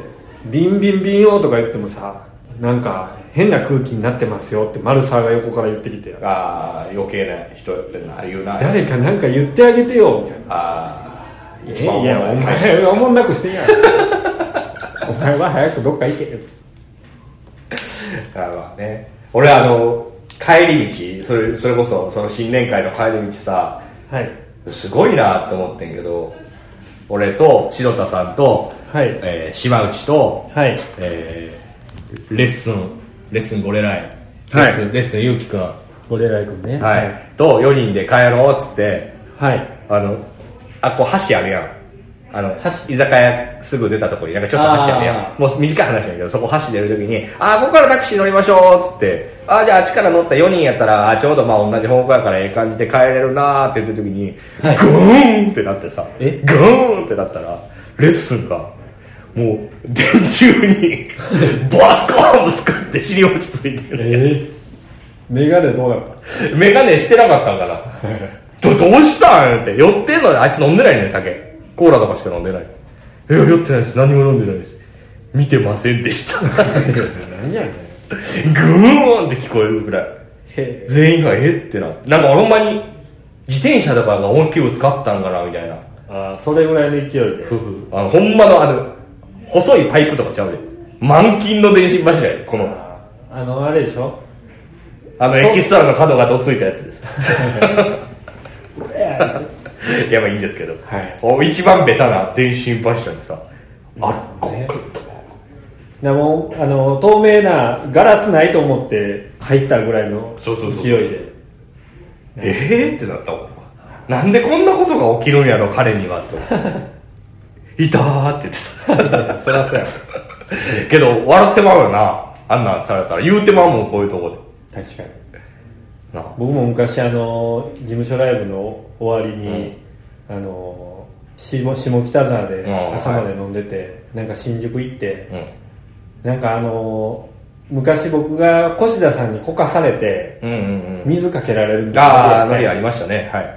Speaker 1: ビンビンビンオとか言ってもさ、なんか変な空気になってますよって丸沢が横から言ってきて、
Speaker 2: ああ余計な人やってんな言うなあ
Speaker 1: 誰かなんか言ってあげてよ、みたいな。
Speaker 2: あ ー一番
Speaker 1: えいや、お
Speaker 2: 問題
Speaker 1: 前、おもんなく してんやん。お前は早くどっか行けよ。
Speaker 2: あのね、俺あの帰り道それそれこそその新年会の帰り道さ
Speaker 1: はい。
Speaker 2: すごいなって思ってんけど俺と篠田さんと、
Speaker 1: はい
Speaker 2: えー島内と、
Speaker 1: はい。
Speaker 2: えーレッスンレッスンゴレライレ
Speaker 1: はい
Speaker 2: ッスン、レッスンゆうきくん、は
Speaker 1: ゴレライ君ね。
Speaker 2: い。と4人で帰ろうっつって
Speaker 1: はい。
Speaker 2: あのあこう橋あるやんあの橋居酒屋すぐ出たとこになんかちょっと橋あるや
Speaker 1: あ
Speaker 2: んもう短い話だけどそこ橋出るときに「あーここからタクシー乗りましょう」っつって「あーじゃああっちから乗った4人やったらあーちょうどまあ同じ方向やからええ感じで帰れるな」って言ったときに、
Speaker 1: はい
Speaker 2: グーンってなってさ
Speaker 1: え
Speaker 2: グーンってなったらレッスンがもう電柱に バスコーンぶつかって尻落ち着いてる
Speaker 1: えメガネどうなった
Speaker 2: メガネしてなかったんかな。ど、どうしたんって。酔ってんのに、あいつ飲んでないねん、酒。コーラとかしか飲んでない。え、酔ってないです。何も飲んでないです。見てませんでした。 グ
Speaker 1: 何やねん。
Speaker 2: ーンって聞こえるぐらい。
Speaker 1: へ
Speaker 2: 全員がえってな。なんかほんまに、自転車とかが音球を使ったんかな、みたいな。
Speaker 1: あーそれぐらいの勢いで。
Speaker 2: ふふあの、ほんまのあの、細いパイプとかちゃうで。満金の電信柱やで、この。
Speaker 1: あーあの、あれでしょ
Speaker 2: あの、エキストラの角がどついたやつです。 いやばいいんですけど、
Speaker 1: はい
Speaker 2: お一番ベタな電信柱にさあっこ
Speaker 1: ねでもあの透明なガラスないと思って入ったぐらいの勢
Speaker 2: そう
Speaker 1: い
Speaker 2: そうそう
Speaker 1: で
Speaker 2: ええー、ってなったもんなんでこんなことが起きるんやろ彼にはといたーって言ってた そりゃそうやけど笑ってまうよなあんなんされたら言うてまうもんこういうとこ
Speaker 1: 確かに
Speaker 2: でな
Speaker 1: 僕も昔あの事務所ライブの終わりに、あの下下北沢
Speaker 2: う
Speaker 1: で
Speaker 2: ん
Speaker 1: 朝まで飲んでて、なんか新宿行って、
Speaker 2: うん
Speaker 1: なんかあの昔僕が越田さんにこかされて
Speaker 2: うんうんうん
Speaker 1: 水かけられるみたいなこと
Speaker 2: ああ
Speaker 1: やった
Speaker 2: ノ
Speaker 1: ん
Speaker 2: リ
Speaker 1: や
Speaker 2: ありましたねはい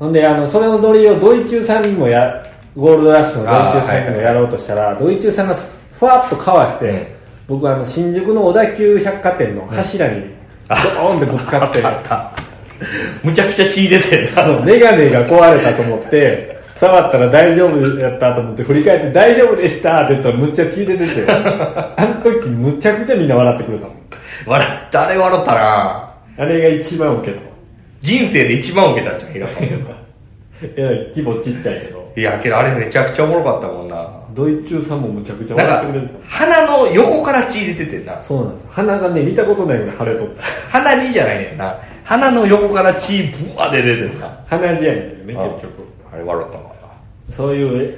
Speaker 1: ほんであのそれのノリをドイチューさんにもやゴールドラッシュのドイチューさんにもやろうとしたら、ドイチューさんがふわっとかわして、
Speaker 2: うん
Speaker 1: 僕はあの新宿の小田急百貨店の柱にドーンってぶつかって、
Speaker 2: あったむちゃくちゃ血出てる
Speaker 1: あのメガネが壊れたと思って触ったら大丈夫やったと思って振り返って「大丈夫でした」って言ったらむっちゃ血出ててあの時むちゃくちゃみんな笑ってくれたもん
Speaker 2: 笑ったあれ笑ったな
Speaker 1: あれが一番ウケた
Speaker 2: 人生で一番受けたんじゃん平川
Speaker 1: えらい規模ちっちゃいけど
Speaker 2: いや、けどあれめちゃくちゃおもろかったもんな。
Speaker 1: ドイチューさんもむちゃくちゃ笑ってく
Speaker 2: な
Speaker 1: れて
Speaker 2: んか、鼻の横から血入れててんな
Speaker 1: た。そうなんですよ鼻がね見たことないぐらい腫れとった
Speaker 2: 鼻血じゃないねんな。鼻の横から血ブワー出ててんな。
Speaker 1: 鼻血やねんけどね結局
Speaker 2: あれ笑ったもんな。
Speaker 1: そういう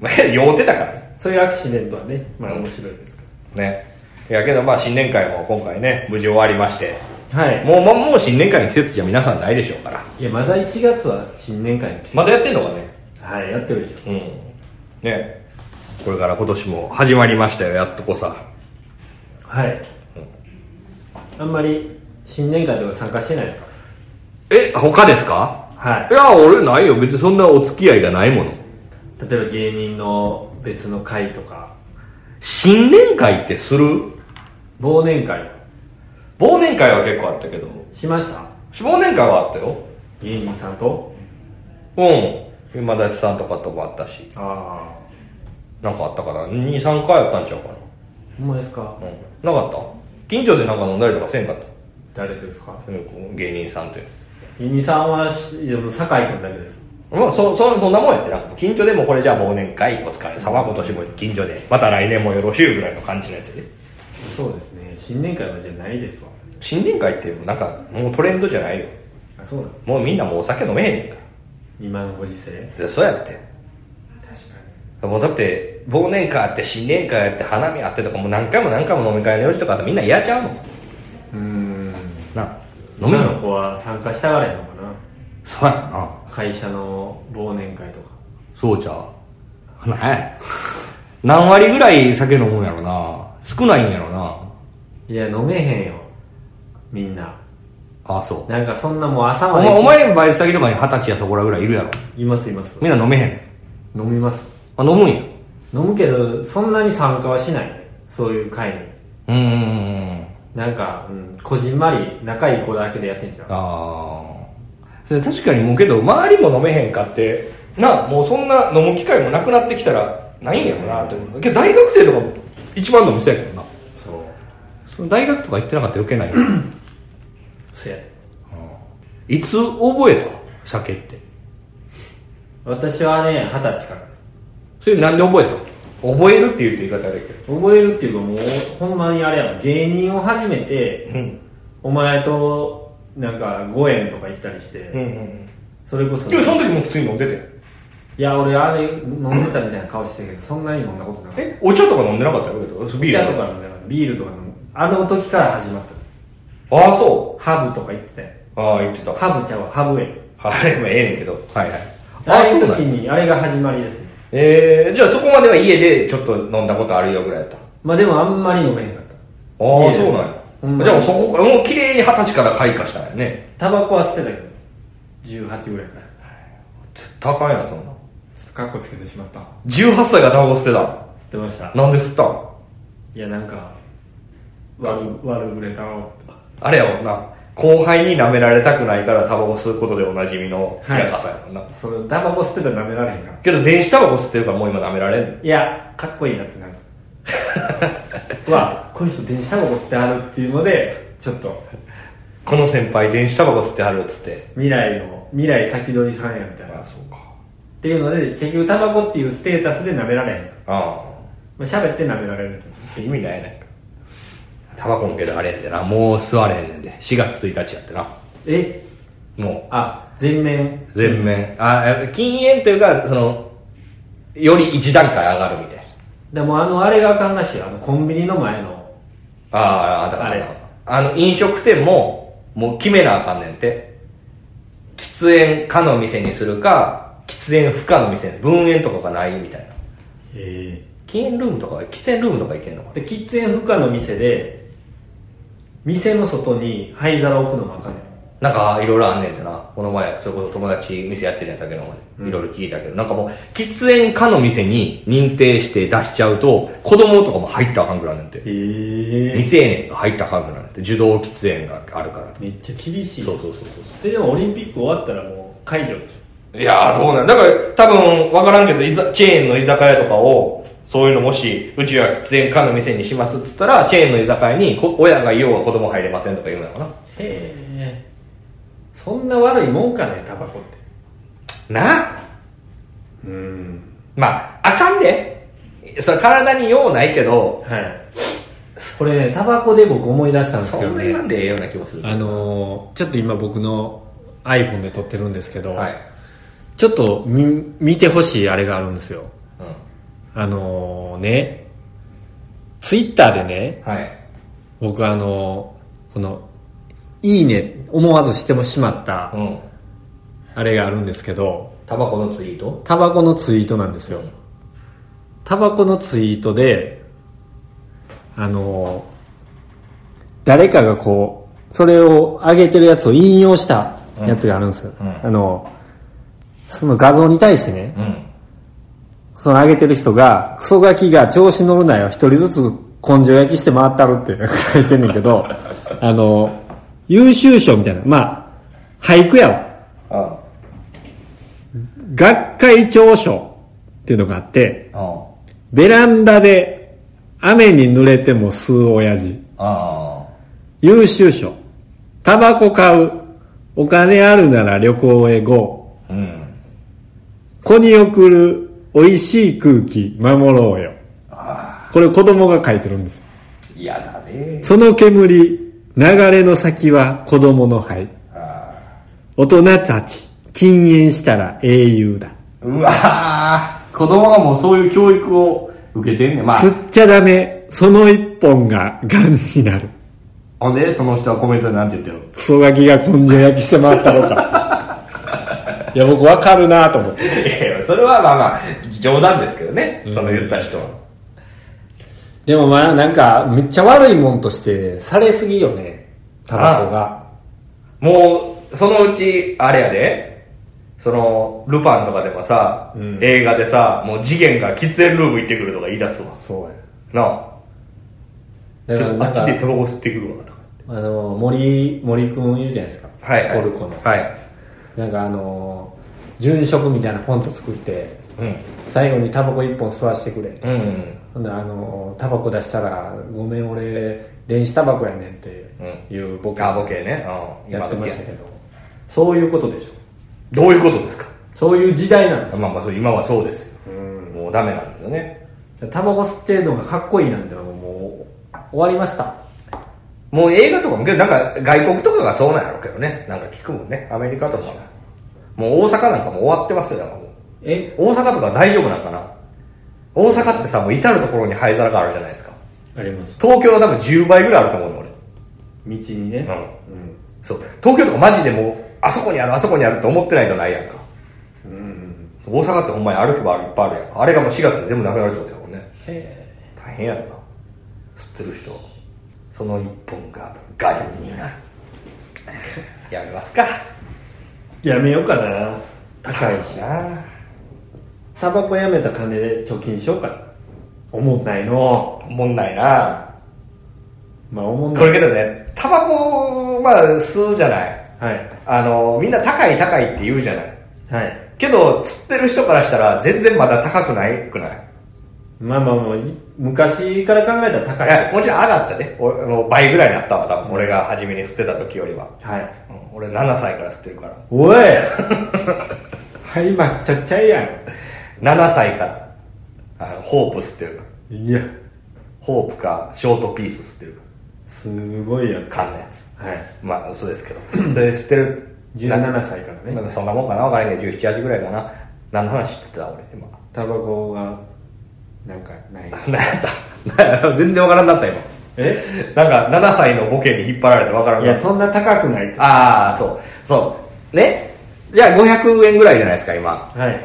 Speaker 2: まあ、酔うてたからね。
Speaker 1: そういうアクシデントはねまあ面白いですけ
Speaker 2: ね。いやけどまあ新年会も今回ね、無事終わりまして。
Speaker 1: どはい
Speaker 2: もう、もうもう新年会の季節じゃ皆さんないでしょうから。
Speaker 1: いやまだ1月は新年会の季節
Speaker 2: まだやってんのかね。
Speaker 1: はいやってるでしょ
Speaker 2: うん。ね。これから今年も始まりましたよ、やっとこさ。
Speaker 1: はいあんまり新年会とか参加してないですか
Speaker 2: え、他ですか
Speaker 1: はい
Speaker 2: や、俺ないよ。別にそんなお付き合いがないもの。
Speaker 1: い例えば芸人の別の会とか
Speaker 2: 新年会ってする
Speaker 1: 忘年会
Speaker 2: 忘年会は結構あったけど。
Speaker 1: しました
Speaker 2: 忘年会はあったよ。
Speaker 1: 芸人さんと
Speaker 2: うん。今田さんとかともあったし。
Speaker 1: ああ
Speaker 2: なんかあったかな ?2、3回あったんちゃうか
Speaker 1: ほんまですか
Speaker 2: なうん。なかった近所でなんか飲んだりとかせんかった
Speaker 1: 誰とですか
Speaker 2: うんこう芸人さんって。
Speaker 1: 芸人さんはしいやもう酒井君だけです
Speaker 2: まあ、そ、そ、そんなもんやってな。近所でもこれじゃあ忘年会、お疲れ様、今年も近所で、また来年もよろしゅうぐらいの感じのやつで。
Speaker 1: そうですね新年会はじゃないですわ
Speaker 2: 新年会ってなんか、もうトレンドじゃないよ。
Speaker 1: あそうなの
Speaker 2: もうみんなもうお酒飲めへんねんか
Speaker 1: 今のご時世
Speaker 2: ら。でそうやって。
Speaker 1: 確か
Speaker 2: もうだって、忘年会あって、新年会あって、花見あってとか、もう何回も何回も飲み会の用事とかあってみんな嫌ちゃうの
Speaker 1: にうーん
Speaker 2: な飲め
Speaker 1: 女
Speaker 2: よ
Speaker 1: の子は参加したがらへんのかな
Speaker 2: そうやな。
Speaker 1: 会社の忘年会とか
Speaker 2: そうじゃう。なんや 何割ぐらい酒飲むんやろな。少ないんやろな。
Speaker 1: いや飲めへんよみんな
Speaker 2: ああ、そう。
Speaker 1: なんかそんなもう朝
Speaker 2: お
Speaker 1: まで
Speaker 2: 前、お前バイト先とかに二十歳やそこらぐらいいるやろ。
Speaker 1: いますいます
Speaker 2: みんな飲めへん。
Speaker 1: 飲みます
Speaker 2: あ、飲むんや。
Speaker 1: 飲むけどそんなに参加はしないそういう会に
Speaker 2: うーん。
Speaker 1: なんか、うん、こじんまり仲いい子だけでやってんじゃん
Speaker 2: ああ。それ確かにもうけど、周りも飲めへんかって、なあ、もうそんな飲む機会もなくなってきたら、ないんやろなって思う。けど大学生とかも一番の店やけどな。
Speaker 1: そう
Speaker 2: その大学とか行ってなかったら余計ないよ。
Speaker 1: そやで
Speaker 2: いつ覚えた酒って。
Speaker 1: 私はね二十歳からです
Speaker 2: それなんで覚えたの覚えるっていう言い方だけど。
Speaker 1: 覚えるっていうかもうほんまにあれやもん芸人を始めて、
Speaker 2: うん。
Speaker 1: お前となんか5円とか行ったりして、
Speaker 2: うんうん。
Speaker 1: それこそ
Speaker 2: でもその時もう普通に飲んでて。
Speaker 1: いや俺あれ飲んでたみたいな顔してたけどそんなに飲んだことなかった
Speaker 2: え、お茶とか飲んでなかったよ、ビ
Speaker 1: ビ
Speaker 2: ー
Speaker 1: ー
Speaker 2: ル
Speaker 1: ルとか飲んでなかったビールとか飲むあの時から始まっ
Speaker 2: ああ、そ
Speaker 1: たハブとか行ってたよ
Speaker 2: う。ああ、言ってた。
Speaker 1: ハブちゃうわハブ園
Speaker 2: はい、まあええねんけど。はいはい。
Speaker 1: ああいう
Speaker 2: なん
Speaker 1: 時
Speaker 2: や
Speaker 1: にあれが始まりですね
Speaker 2: えー、じゃあそこまでは家でちょっと飲んだことあるよぐらいやった。あ
Speaker 1: まあでもあんまり飲めへんかった
Speaker 2: あ、そ
Speaker 1: 家
Speaker 2: う
Speaker 1: で
Speaker 2: なんや。
Speaker 1: ほんまに
Speaker 2: じゃあもうそこ、もう綺麗に二十歳から開花したんやね。
Speaker 1: タバコは捨てたけど18ぐらいから
Speaker 2: 絶対あかんやん、そんな。
Speaker 1: ちょっとカッコつけてしまった捨
Speaker 2: 18歳がタバコ捨てた。
Speaker 1: てました
Speaker 2: なんで吸ったん
Speaker 1: いやなんか悪悪ぶれたろうとか
Speaker 2: あれやもんな。後輩に舐められたくないからタバコ吸うことでおなじみの
Speaker 1: はい
Speaker 2: 平川さんやもんな。
Speaker 1: それタバコ捨てたら舐められへんから
Speaker 2: けど電子タバコ吸ってるからもう今舐められんの
Speaker 1: いやかっこいいなってなるうわこの人電子タバコ吸ってあるっていうのでちょっと
Speaker 2: この先輩電子タバコ吸ってはるっつって。
Speaker 1: 未来の未来先取りさんやみたいなっ
Speaker 2: そうか。
Speaker 1: ていうので結局タバコっていうステータスで舐められへんから
Speaker 2: あ
Speaker 1: まあ喋って舐められるけど
Speaker 2: あ。意味ないやないか。タバコもけどあれやんでな。もう吸われへんねんで。4月1日やってな。
Speaker 1: え
Speaker 2: も
Speaker 1: あ全面
Speaker 2: う、全面。あ、え禁煙というか、その、より一段階上がるみたいな。
Speaker 1: でもあのあれがあかんらしいよあのコンビニの前の
Speaker 2: ああ、だから
Speaker 1: あれ
Speaker 2: なあの、飲食店も、もう決めなあかんねんて。喫煙可の店にするか、喫煙不可の店に分煙とかがないみたいな。
Speaker 1: え
Speaker 2: 禁煙ルームとか、喫煙ルームとか行けんのかな
Speaker 1: で喫煙不可の店で店の外に灰皿置くのもあかんねん
Speaker 2: なんか、いろいろあんねんてな。この前、それこそ友達店やってるやつだけど、いろいろ聞いたけど、なんかもう、喫煙可の店に認定して出しちゃうと、子供とかも入ったらあかんくなるねんて。
Speaker 1: へ
Speaker 2: 未成年が入ったらあかんくなるねんて。受動喫煙があるからとか。
Speaker 1: めっちゃ厳しい
Speaker 2: そうそうそうそう。
Speaker 1: それでもオリンピック終わったらもう解除でし
Speaker 2: いやーどうなんだから多分わからんけどいざチェーンの居酒屋とかをそういうのもしうちは喫煙可の店にしますっつったらチェーンの居酒屋にこ親がいようが子供入れませんとか言うのかな
Speaker 1: ょへえそんな悪いもんかねタバコって
Speaker 2: なあ
Speaker 1: うん
Speaker 2: まああかんでそれ体に用ないけど
Speaker 1: はいこれねタバコで僕思い出したんですけ
Speaker 2: そ
Speaker 1: ど
Speaker 2: んな言
Speaker 1: ね
Speaker 2: わんでええような気もする
Speaker 1: あのーちょっと今僕の iPhone で撮ってるんですけど、
Speaker 2: はい、
Speaker 1: ちょっと見見てほしいあれがあるんですよ
Speaker 2: うん、
Speaker 1: あのーねツイッターでね
Speaker 2: はい
Speaker 1: 僕あのーこの「いいね」思わずしてもしまった
Speaker 2: うん
Speaker 1: あれがあるんですけど
Speaker 2: タバコのツイート
Speaker 1: タバコのツイートなんですよタバコのツイートであのー誰かがこうそれを上げてるやつを引用したやつがあるんですよ、
Speaker 2: うんうん
Speaker 1: あのその画像に対してね
Speaker 2: うん
Speaker 1: その上げてる人がクソガキが調子乗るなよ一人ずつ根性焼きして回ったるってなんか書いてんねんけどあの優秀賞みたいなまあ俳句やわ
Speaker 2: あ
Speaker 1: 学会長賞っていうのがあって
Speaker 2: あ
Speaker 1: ベランダで雨に濡れても吸う親父
Speaker 2: あ
Speaker 1: 優秀賞タバコ買うお金あるなら旅行へ GO
Speaker 2: あうん
Speaker 1: 子に送る美味しい空気守ろうよこれ子供が書いてるんです
Speaker 2: 嫌だね
Speaker 1: その煙、流れの先は子供の肺。
Speaker 2: あ
Speaker 1: 大人たち、禁煙したら英雄だ。
Speaker 2: ーうわー子供がもうそういう教育を受けてんねんまあ
Speaker 1: 吸っちゃダメ、その一本が癌になる。
Speaker 2: ほんでその人はコメントでなんて言ってる
Speaker 1: クソガキが根性焼きして回ったのか。 いや、僕わかるなと思って。
Speaker 2: いやいやそれはまあまあ冗談ですけどねその言った人は、
Speaker 1: でもまあ、なんか、めっちゃ悪いもんとして、されすぎよね。タバコが。
Speaker 2: もうそのうちあれやでそのルパンとかでもさ、
Speaker 1: うん
Speaker 2: 映画でさもう次元が喫煙ルーム行ってくるとか言い出すわ
Speaker 1: そうや。
Speaker 2: なあ
Speaker 1: だ
Speaker 2: ち
Speaker 1: か
Speaker 2: ょ
Speaker 1: ら
Speaker 2: っと
Speaker 1: な
Speaker 2: あっちで
Speaker 1: ん
Speaker 2: タ
Speaker 1: か、
Speaker 2: バコ吸ってくるわとか
Speaker 1: あの、森、森くんいるじゃないですか。
Speaker 2: はい、は
Speaker 1: ポ
Speaker 2: い、
Speaker 1: ルコの。
Speaker 2: はい、
Speaker 1: なんかあの殉職みたいなフォント作って
Speaker 2: うん、
Speaker 1: 最後にタバコ1本吸わしてくれ
Speaker 2: うん
Speaker 1: ほんであのタバコ出したら「ごめん俺電子タバコやねん」っていうボケ
Speaker 2: ガーボケね、うん、
Speaker 1: やってました
Speaker 2: 今時
Speaker 1: けどそういうことでしょ
Speaker 2: どういうことですか
Speaker 1: そういう時代なんですよ
Speaker 2: まあまあそう今はそうですよ、もうダメなんですよね
Speaker 1: タバコ吸ってるのがかっこいいなんてのはもう終わりました
Speaker 2: もう映画とかもけどなんか外国とかがそうなんやろうけどねなんか聞くもんねアメリカとかはもう大阪なんかもう終わってますよだからもう
Speaker 1: え
Speaker 2: 大阪とか大丈夫なんかな大阪ってさもう至る所に灰皿があるじゃないですか
Speaker 1: あります
Speaker 2: 東京は多分10倍ぐらいあると思うの俺
Speaker 1: 道にね
Speaker 2: そう東京とかマジでもうあそこにあるあそこにあるって思ってないとないやんか
Speaker 1: うん、うん、
Speaker 2: 大阪ってほんまに歩けばいっぱいあるやんかあれがもう4月で全部なくなるってことやもんね
Speaker 1: へえ
Speaker 2: 大変やろな吸ってる人その一本がガリになるやめますか
Speaker 1: やめようかな高いし
Speaker 2: な
Speaker 1: タバコやめた金で貯金しようかな思んないの
Speaker 2: おもんないな
Speaker 1: まあ思ん
Speaker 2: こ
Speaker 1: ない
Speaker 2: れけどねタバコまあ吸うじゃない
Speaker 1: はい
Speaker 2: あのみんな高い高いって言うじゃない
Speaker 1: はい
Speaker 2: けど釣ってる人からしたら全然まだ高くないくない
Speaker 1: まあまあまあい昔から考えたら高
Speaker 2: い
Speaker 1: い
Speaker 2: やもちろん上がったね俺もう倍ぐらいになったわ多分俺が初めに吸ってた時よりは、
Speaker 1: はい
Speaker 2: うん俺7歳から吸ってるから
Speaker 1: おいはい抹茶ちゃいや
Speaker 2: 7歳からあのホープ吸ってるから
Speaker 1: んいや
Speaker 2: ホープかショートピース吸ってるか
Speaker 1: すごいやつ
Speaker 2: ら缶のやつ
Speaker 1: はい
Speaker 2: まあ嘘ですけどそれ吸ってる
Speaker 1: 17歳からね
Speaker 2: なんかそんなもんかな分からへんけど1718ぐらいかな何の話してた俺今
Speaker 1: タバコがなんかない
Speaker 2: 何やった何やった 全然分からんなった今
Speaker 1: え
Speaker 2: なんか7歳のボケに引っ張られて分からん
Speaker 1: い
Speaker 2: な
Speaker 1: や
Speaker 2: った
Speaker 1: そんな高くないと
Speaker 2: ああそうそうねじゃあ500円ぐらいじゃないですか今
Speaker 1: はい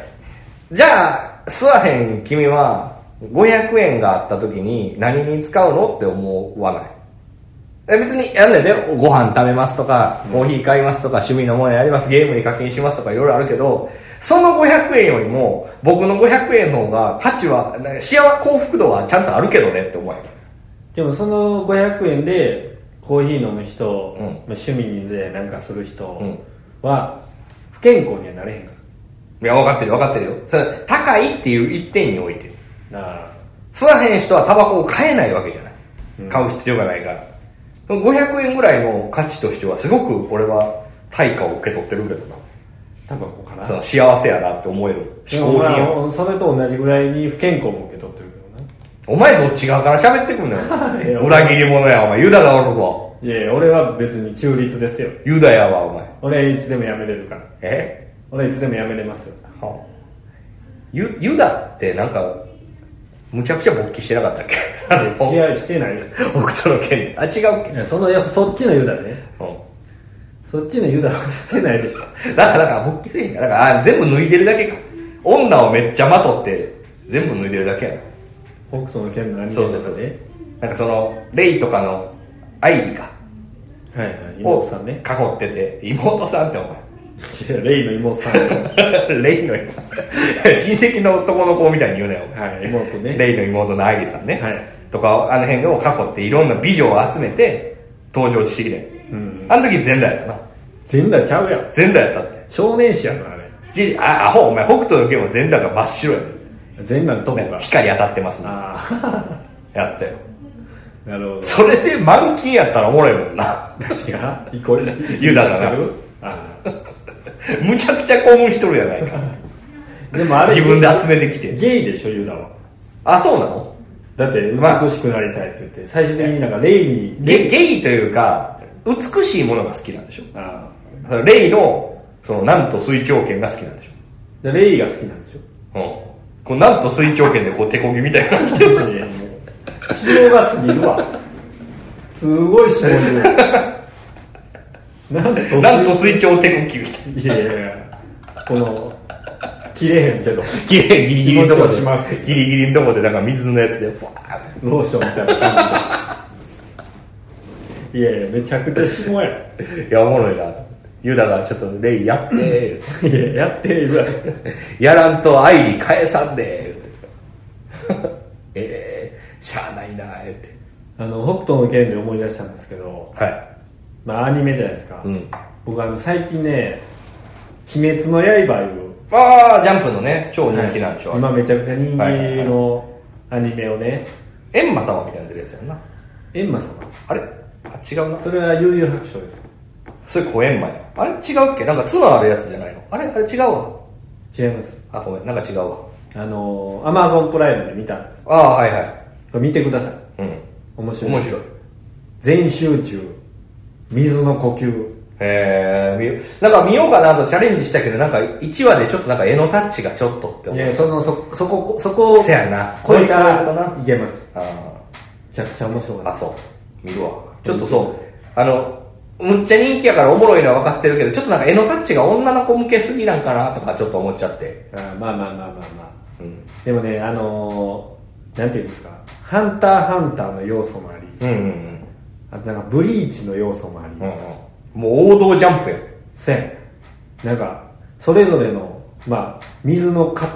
Speaker 2: じゃあ吸わへん君は500円があった時に何に使うのって思わないえ別にやんねんでご飯食べますとかコーヒー買いますとか趣味のものやりますゲームに課金しますとかいろいろあるけどその500円よりも僕の500円の方が価値はな幸せ幸福度はちゃんとあるけどねって思うよ
Speaker 1: でもその500円でコーヒー飲む人、
Speaker 2: うん
Speaker 1: まあ趣味でなんかする人
Speaker 2: ん
Speaker 1: は不健康にはなれへんから
Speaker 2: いや分かってる分かってるよそれ高いっていう一点において
Speaker 1: だから
Speaker 2: 吸わへん人はタバコを買えないわけじゃない、買う必要がないから500円ぐらいの価値としてはすごく俺は対価を受け取ってるけどな
Speaker 1: タタバコかな
Speaker 2: その幸せやなって思える
Speaker 1: で
Speaker 2: 思
Speaker 1: も
Speaker 2: 考
Speaker 1: ま
Speaker 2: 品や
Speaker 1: あそれと同じぐらいに不健康も受け取ってるけ
Speaker 2: お前どっち側から喋ってく ん
Speaker 1: い
Speaker 2: ね
Speaker 1: や
Speaker 2: ん裏切り者やお前ユダがおるぞ
Speaker 1: どねいやいや俺は別に中立ですよ
Speaker 2: ユダやわお前
Speaker 1: 俺いつでも辞めれるから
Speaker 2: え
Speaker 1: 俺いつでも辞めれますよ
Speaker 2: はユユダってなんかむちゃくちゃ勃起してなかったっけあの北
Speaker 1: 違いしてないよ
Speaker 2: 斗の剣あ違うっけ
Speaker 1: いやそのいやそっちのユダね
Speaker 2: う
Speaker 1: そっちのユダはしてないでしょ
Speaker 2: んだからなんか勃起せえへんかだからあ全部脱いでるだけか女をめっちゃまとって全部脱いでるだけやろ
Speaker 1: 北斗の剣のアニメ
Speaker 2: そうそうそうなんかそのレイとかのアイリか
Speaker 1: はいはい
Speaker 2: を
Speaker 1: 妹さんね
Speaker 2: 囲ってて妹さんってお前
Speaker 1: いやレイの妹さん
Speaker 2: レイの妹親戚の男の子みたいに言うなよ、
Speaker 1: はい妹ね
Speaker 2: レイの妹のアイリさんね、
Speaker 1: はい
Speaker 2: とかあの辺を囲っていろんな美女を集めて登場してきて、
Speaker 1: うん
Speaker 2: あの時全裸やったな
Speaker 1: 全裸ちゃうやん
Speaker 2: 全裸やったって
Speaker 1: 少年誌やからあれ
Speaker 2: じあアホお前北斗の拳も全裸が真っ白やね
Speaker 1: 全裸のとこ
Speaker 2: ん
Speaker 1: が
Speaker 2: 光当たってますね
Speaker 1: あ
Speaker 2: やったよ
Speaker 1: あ なるほど
Speaker 2: それで満金やったらおもろいもんな
Speaker 1: 何がイコール
Speaker 2: ユダだな
Speaker 1: ああ
Speaker 2: むちゃくちゃ興奮しとるやないか
Speaker 1: でもあれ
Speaker 2: 自分で集めてきて
Speaker 1: ゲイでしょユダは
Speaker 2: あそうなの
Speaker 1: だって
Speaker 2: まあ
Speaker 1: 美しくなりたいって言って最終的になんかレイに
Speaker 2: ゲゲイというか美しいものが好きなんでしょ
Speaker 1: あ
Speaker 2: レイのそのなんと水長剣が好きなんでし
Speaker 1: あでレイが好きなんでしょ
Speaker 2: ょ、うん、こうなんと水長剣でこう手こぎみたいな感 じで
Speaker 1: いやもう塩が過ぎるわすごい塩がなんと
Speaker 2: なんと水長手こぎみたい
Speaker 1: いやいやいやこの切れへんけど
Speaker 2: なギリギリギリのと
Speaker 1: 気持
Speaker 2: こ
Speaker 1: ちはします
Speaker 2: でギリギリのとこでなんか水のやつでファーって
Speaker 1: ローションみたいな感じでいやいやめちゃくちゃ下や
Speaker 2: いやおもろいなと思ってユダがちょっとレイやって
Speaker 1: いややってるわ
Speaker 2: 言うてやらんと愛に返さんで言うて ええしゃあないな言うて
Speaker 1: あの北斗の拳で思い出したんですけど
Speaker 2: はい
Speaker 1: まあアニメじゃないですか、
Speaker 2: うん
Speaker 1: 僕あの最近ね「鬼滅の刃」いう
Speaker 2: ああジャンプのね超人気なんでしょ、
Speaker 1: 今めちゃくちゃ人気のアニメをね
Speaker 2: エンマ様みたいなの出るやつやんな
Speaker 1: エンマ様
Speaker 2: あれあ違うな
Speaker 1: それは悠々白書です
Speaker 2: それ小円満やあれ違うっけなんか角あるやつじゃないのあれあれ違うわ
Speaker 1: 違います
Speaker 2: あごめんなんか違うわ
Speaker 1: あのアマゾンプライムで見たんです
Speaker 2: ああはいはい
Speaker 1: これ見てください
Speaker 2: うん
Speaker 1: 面白い
Speaker 2: 面白い
Speaker 1: 全集中水の呼吸
Speaker 2: へえ見よなんか見ようかなとチャレンジしたけどなんか1話でちょっとなんか絵のタッチがちょっとって
Speaker 1: い
Speaker 2: 思う
Speaker 1: やそのそそこそこを
Speaker 2: せやな
Speaker 1: 超えた
Speaker 2: 乗り越えるとな
Speaker 1: らいけます
Speaker 2: あ
Speaker 1: めちゃくちゃ面白
Speaker 2: ー
Speaker 1: か
Speaker 2: あ
Speaker 1: っ
Speaker 2: そう見るわちょっとそうあのむっちゃ人気やからおもろいのは分かってるけどちょっとなんか絵のタッチが女の子向けすぎなんかなとかちょっと思っちゃって
Speaker 1: たあーまあまあまあまあまあ
Speaker 2: うん
Speaker 1: でもねあのー、なんていうんですかハンターハンターの要素もあり
Speaker 2: うんうん
Speaker 1: あとなんかブリーチの要素もあり、
Speaker 2: うんうんうんもう王道ジャンプや
Speaker 1: せんなんかそれぞれのまあ水のか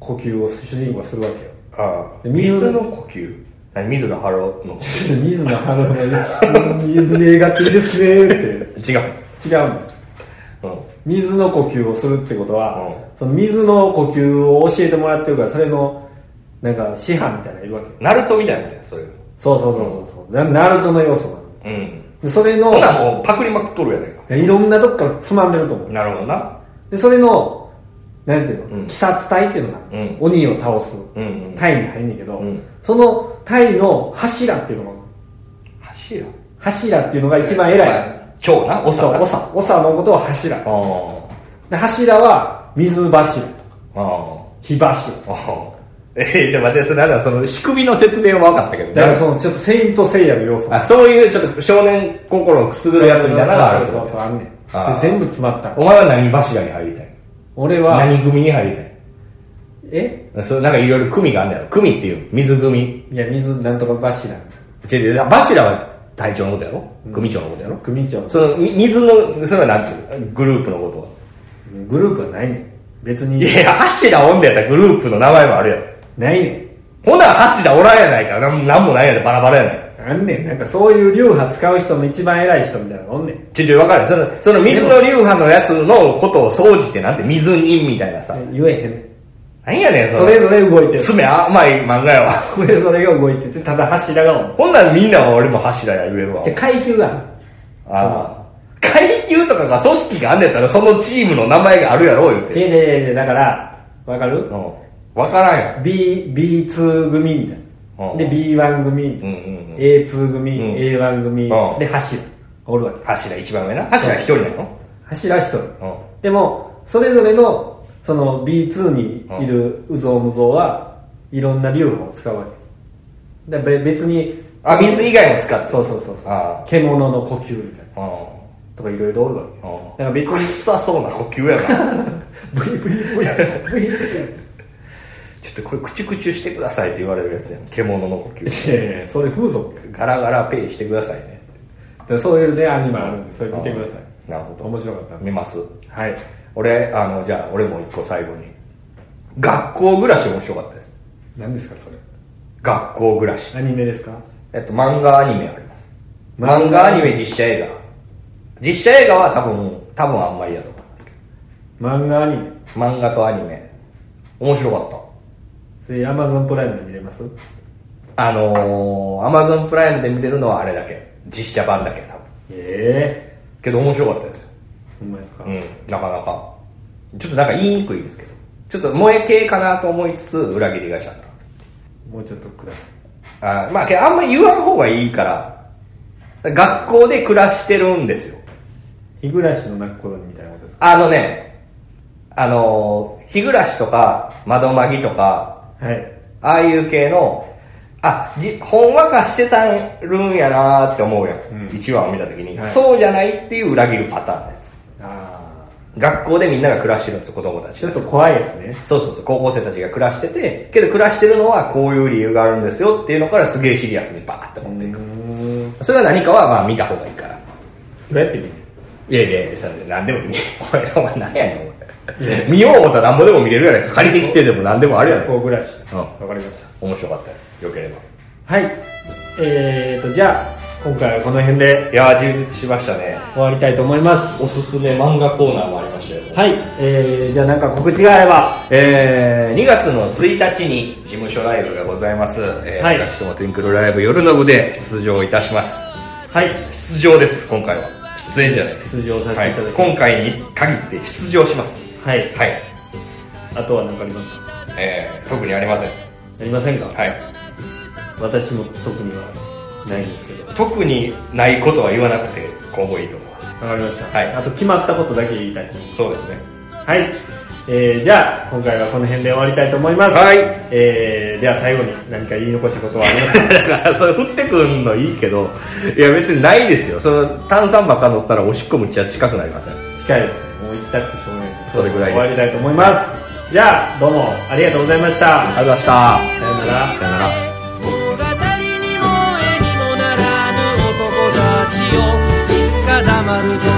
Speaker 1: 呼吸を主人公はするわけよ
Speaker 2: ああ
Speaker 1: で水
Speaker 2: 水の呼吸何水が払うの
Speaker 1: 水の花の 映画っていいですねーっ
Speaker 2: 違う
Speaker 1: て違うの
Speaker 2: う
Speaker 1: 水の呼吸をするってことは、
Speaker 2: う
Speaker 1: その水の呼吸を教えてもらってるからそれのなんか師範みたいなのいるわけ
Speaker 2: んナルトみたいなんだよそれ
Speaker 1: そうそうそうそうそうなナルトの要素がある
Speaker 2: うん
Speaker 1: でそれの
Speaker 2: ほなもうパクりまくっとるやないか
Speaker 1: いろんなとこからつまんでると思う
Speaker 2: なるほどな
Speaker 1: でそれのなんていうの、
Speaker 2: うん
Speaker 1: 鬼殺隊っていうのがある、
Speaker 2: うん
Speaker 1: 鬼を倒す、
Speaker 2: うんうん
Speaker 1: タイに入んねんけど、
Speaker 2: うん
Speaker 1: そのタイの柱っていうのが
Speaker 2: 柱
Speaker 1: 柱っていうのが一番偉い
Speaker 2: い蝶なおさ
Speaker 1: そう
Speaker 2: な
Speaker 1: 長長のことを柱
Speaker 2: あー
Speaker 1: で柱は水柱と
Speaker 2: あー
Speaker 1: 火柱
Speaker 2: あー えー、じゃあ待ってそれなんだその仕組みの説明は分かったけど
Speaker 1: だからそのちょっとセイントセイヤの要素
Speaker 2: あそういうちょっと少年心をくすぐるやつみたいなのがある
Speaker 1: そうそうそうあんねんで
Speaker 2: あー
Speaker 1: 全部詰まった
Speaker 2: お前は何柱に入りたい
Speaker 1: 俺は
Speaker 2: 何組に入り
Speaker 1: え
Speaker 2: たいそうなんかいろいろ組があんだよ組っていう水組
Speaker 1: いや水なんとか柱
Speaker 2: 違う違う柱は隊長のことやろ組長のことやろ、
Speaker 1: 組長
Speaker 2: そのみ水のそれはなんていうのグループのことは
Speaker 1: グループはないねん別に
Speaker 2: いや、柱おんでやったらグループの名前もあるやろ。
Speaker 1: ないね
Speaker 2: ほな、柱おらんやないか。なんなんもないやで、バラバラやないか。
Speaker 1: んあんねんなんかそういう流派使う人の一番偉い人みたいなのがおんねん
Speaker 2: ちょいちょいわかる。その、その水の流派のやつのことを総じてなんて、水人みたいなさ。
Speaker 1: 言えへんねん
Speaker 2: なんやねん、
Speaker 1: それぞれ動いてる
Speaker 2: 爪甘い漫画やわ。
Speaker 1: それぞれが動いててただ柱がおん
Speaker 2: ほんならみんなは俺も柱や言えるわ
Speaker 1: じゃ。あ階級がある
Speaker 2: ああ。階球とかが組織があんねやったら、そのチームの名前があるやろ、言って。
Speaker 1: 違う違う違うだからわかる
Speaker 2: うん。わからんやん。
Speaker 1: B B2 組みたいな
Speaker 2: うん
Speaker 1: で B1 組みたいな
Speaker 2: うんうんうん
Speaker 1: A2 組、
Speaker 2: うん
Speaker 1: A1 組
Speaker 2: うん
Speaker 1: で柱おるわけ
Speaker 2: 柱一番上な。柱一人なの
Speaker 1: 柱一人
Speaker 2: うん。
Speaker 1: でもそれぞれのその B2 にいるうぞうむぞうはいろんな流派を使うわけでべ別に
Speaker 2: あ、水以外も使ってる。
Speaker 1: そうそうそうそう
Speaker 2: あ
Speaker 1: 獣の呼吸みたいな
Speaker 2: あ。
Speaker 1: とかいろいろおるわけ
Speaker 2: うん。
Speaker 1: だから別
Speaker 2: くっ
Speaker 1: に
Speaker 2: さそうな呼吸やな。
Speaker 1: ブリブリブリブリブリ
Speaker 2: ちょっとこれ、クチュクチュしてくださいって言われるやつやん。獣の呼吸。
Speaker 1: いやいやいやそれ風俗や
Speaker 2: ガラガラペイしてくださいね。
Speaker 1: だからそういうねアニメあるんでそれ見てください
Speaker 2: なるほど。
Speaker 1: 面白かったんで
Speaker 2: 見ます。
Speaker 1: はい
Speaker 2: 俺、あの、じゃあ、俺も一個最後に。学校暮らし面白かったです。
Speaker 1: 何ですかそれ
Speaker 2: 学校暮らし。
Speaker 1: アニメですか
Speaker 2: えっと、漫画アニメあります。
Speaker 1: 漫画
Speaker 2: 漫画アニメ、実写映画。実写映画は多分、多分あんまりだと思いますけ
Speaker 1: 漫画アニメ
Speaker 2: ど。漫画とアニメ。面白かった。
Speaker 1: それアマゾンプライムで見れます
Speaker 2: あのー、アマゾンプライムで見れるのはあれだけ。実写版だけ、多分。
Speaker 1: え
Speaker 2: けど面白かったですよ。
Speaker 1: えほんまですか、
Speaker 2: うん、なかなか。ちょっとなんか言いにくいですけど。ちょっと萌え系かなと思いつつ、裏切りがちゃんと。
Speaker 1: もうちょっとください
Speaker 2: あーまあ、けどあんま言わん方がいいから、学校で暮らしてるんですよ。
Speaker 1: 日暮らしの泣く頃にみたいなことですか
Speaker 2: あのね、あのー、日暮らしとか、窓まぎとか、
Speaker 1: はい
Speaker 2: ああいう系の、あ、じ、ほんわかしてたるんやなーって思うやん。
Speaker 1: うん
Speaker 2: 1話を見た時に、
Speaker 1: はい
Speaker 2: そうじゃないっていう裏切るパターンのやつ。
Speaker 1: あ
Speaker 2: 学校でみんなが暮らしてるんですよ、子供た
Speaker 1: あ
Speaker 2: ち
Speaker 1: ちょ
Speaker 2: が。
Speaker 1: っと怖いやつね
Speaker 2: そうそうそう、高校生たちが暮らしてて、けど暮らしてるのはこういう理由があるんですよっていうのからすげえシリアスにバーって持っていく。
Speaker 1: ん
Speaker 2: それは何かはまあ見た方がいいから。
Speaker 1: どうやって見る
Speaker 2: いやいやいや、それ何でも見お前らお前何やねん、お前。見よう思ったら何ぼでも見れるやないか。借りてきてでも何でもあるやな
Speaker 1: 学
Speaker 2: い
Speaker 1: 校暮らし
Speaker 2: うん
Speaker 1: わかりました
Speaker 2: 面白かったです。よければ。
Speaker 1: はいえーとじゃあ今回はこの辺で
Speaker 2: いやー、充実しましたね。
Speaker 1: 終わりたいと思います
Speaker 2: おすすめ漫画コーナーもありましたよ、ね。
Speaker 1: はい、えー、じゃあなんか告知があれば
Speaker 2: えー、2月の1日に事務所ライブがございます。えー
Speaker 1: はい
Speaker 2: 私どもトゥインクルライブ夜の部で出場いたします。
Speaker 1: はい
Speaker 2: 出場です、今回は。出演じゃないです。
Speaker 1: 出場させていただきます
Speaker 2: はい、今回に限って出場します。
Speaker 1: はい
Speaker 2: はい。
Speaker 1: あとは何かありますか
Speaker 2: えー、特にありません。
Speaker 1: ありませんか、
Speaker 2: はい。
Speaker 1: 私も特にはないんですけどわ
Speaker 2: 特にないことは言わなくて今後いいと思います
Speaker 1: かりました、
Speaker 2: はい
Speaker 1: あと決まったことだけ言いたい
Speaker 2: そうですね
Speaker 1: はい、えー、じゃあ今回はこの辺で終わりたいと思います、
Speaker 2: はい
Speaker 1: えー、では最後に何か言い残したことはありますか
Speaker 2: だからそれ振ってくんのいいけどいや別にないですよその炭酸ばっか乗ったらおしっこむっちゃ近くなりません
Speaker 1: 近いですねもう行きたくてしょうがないので
Speaker 2: それぐらいです
Speaker 1: 終わりたいと思います、じゃあどうもありがとうございました
Speaker 2: ありがとうございまし
Speaker 1: さよなら
Speaker 2: たさよなら
Speaker 3: 物語にも絵にもならぬ男たちよいつか黙る時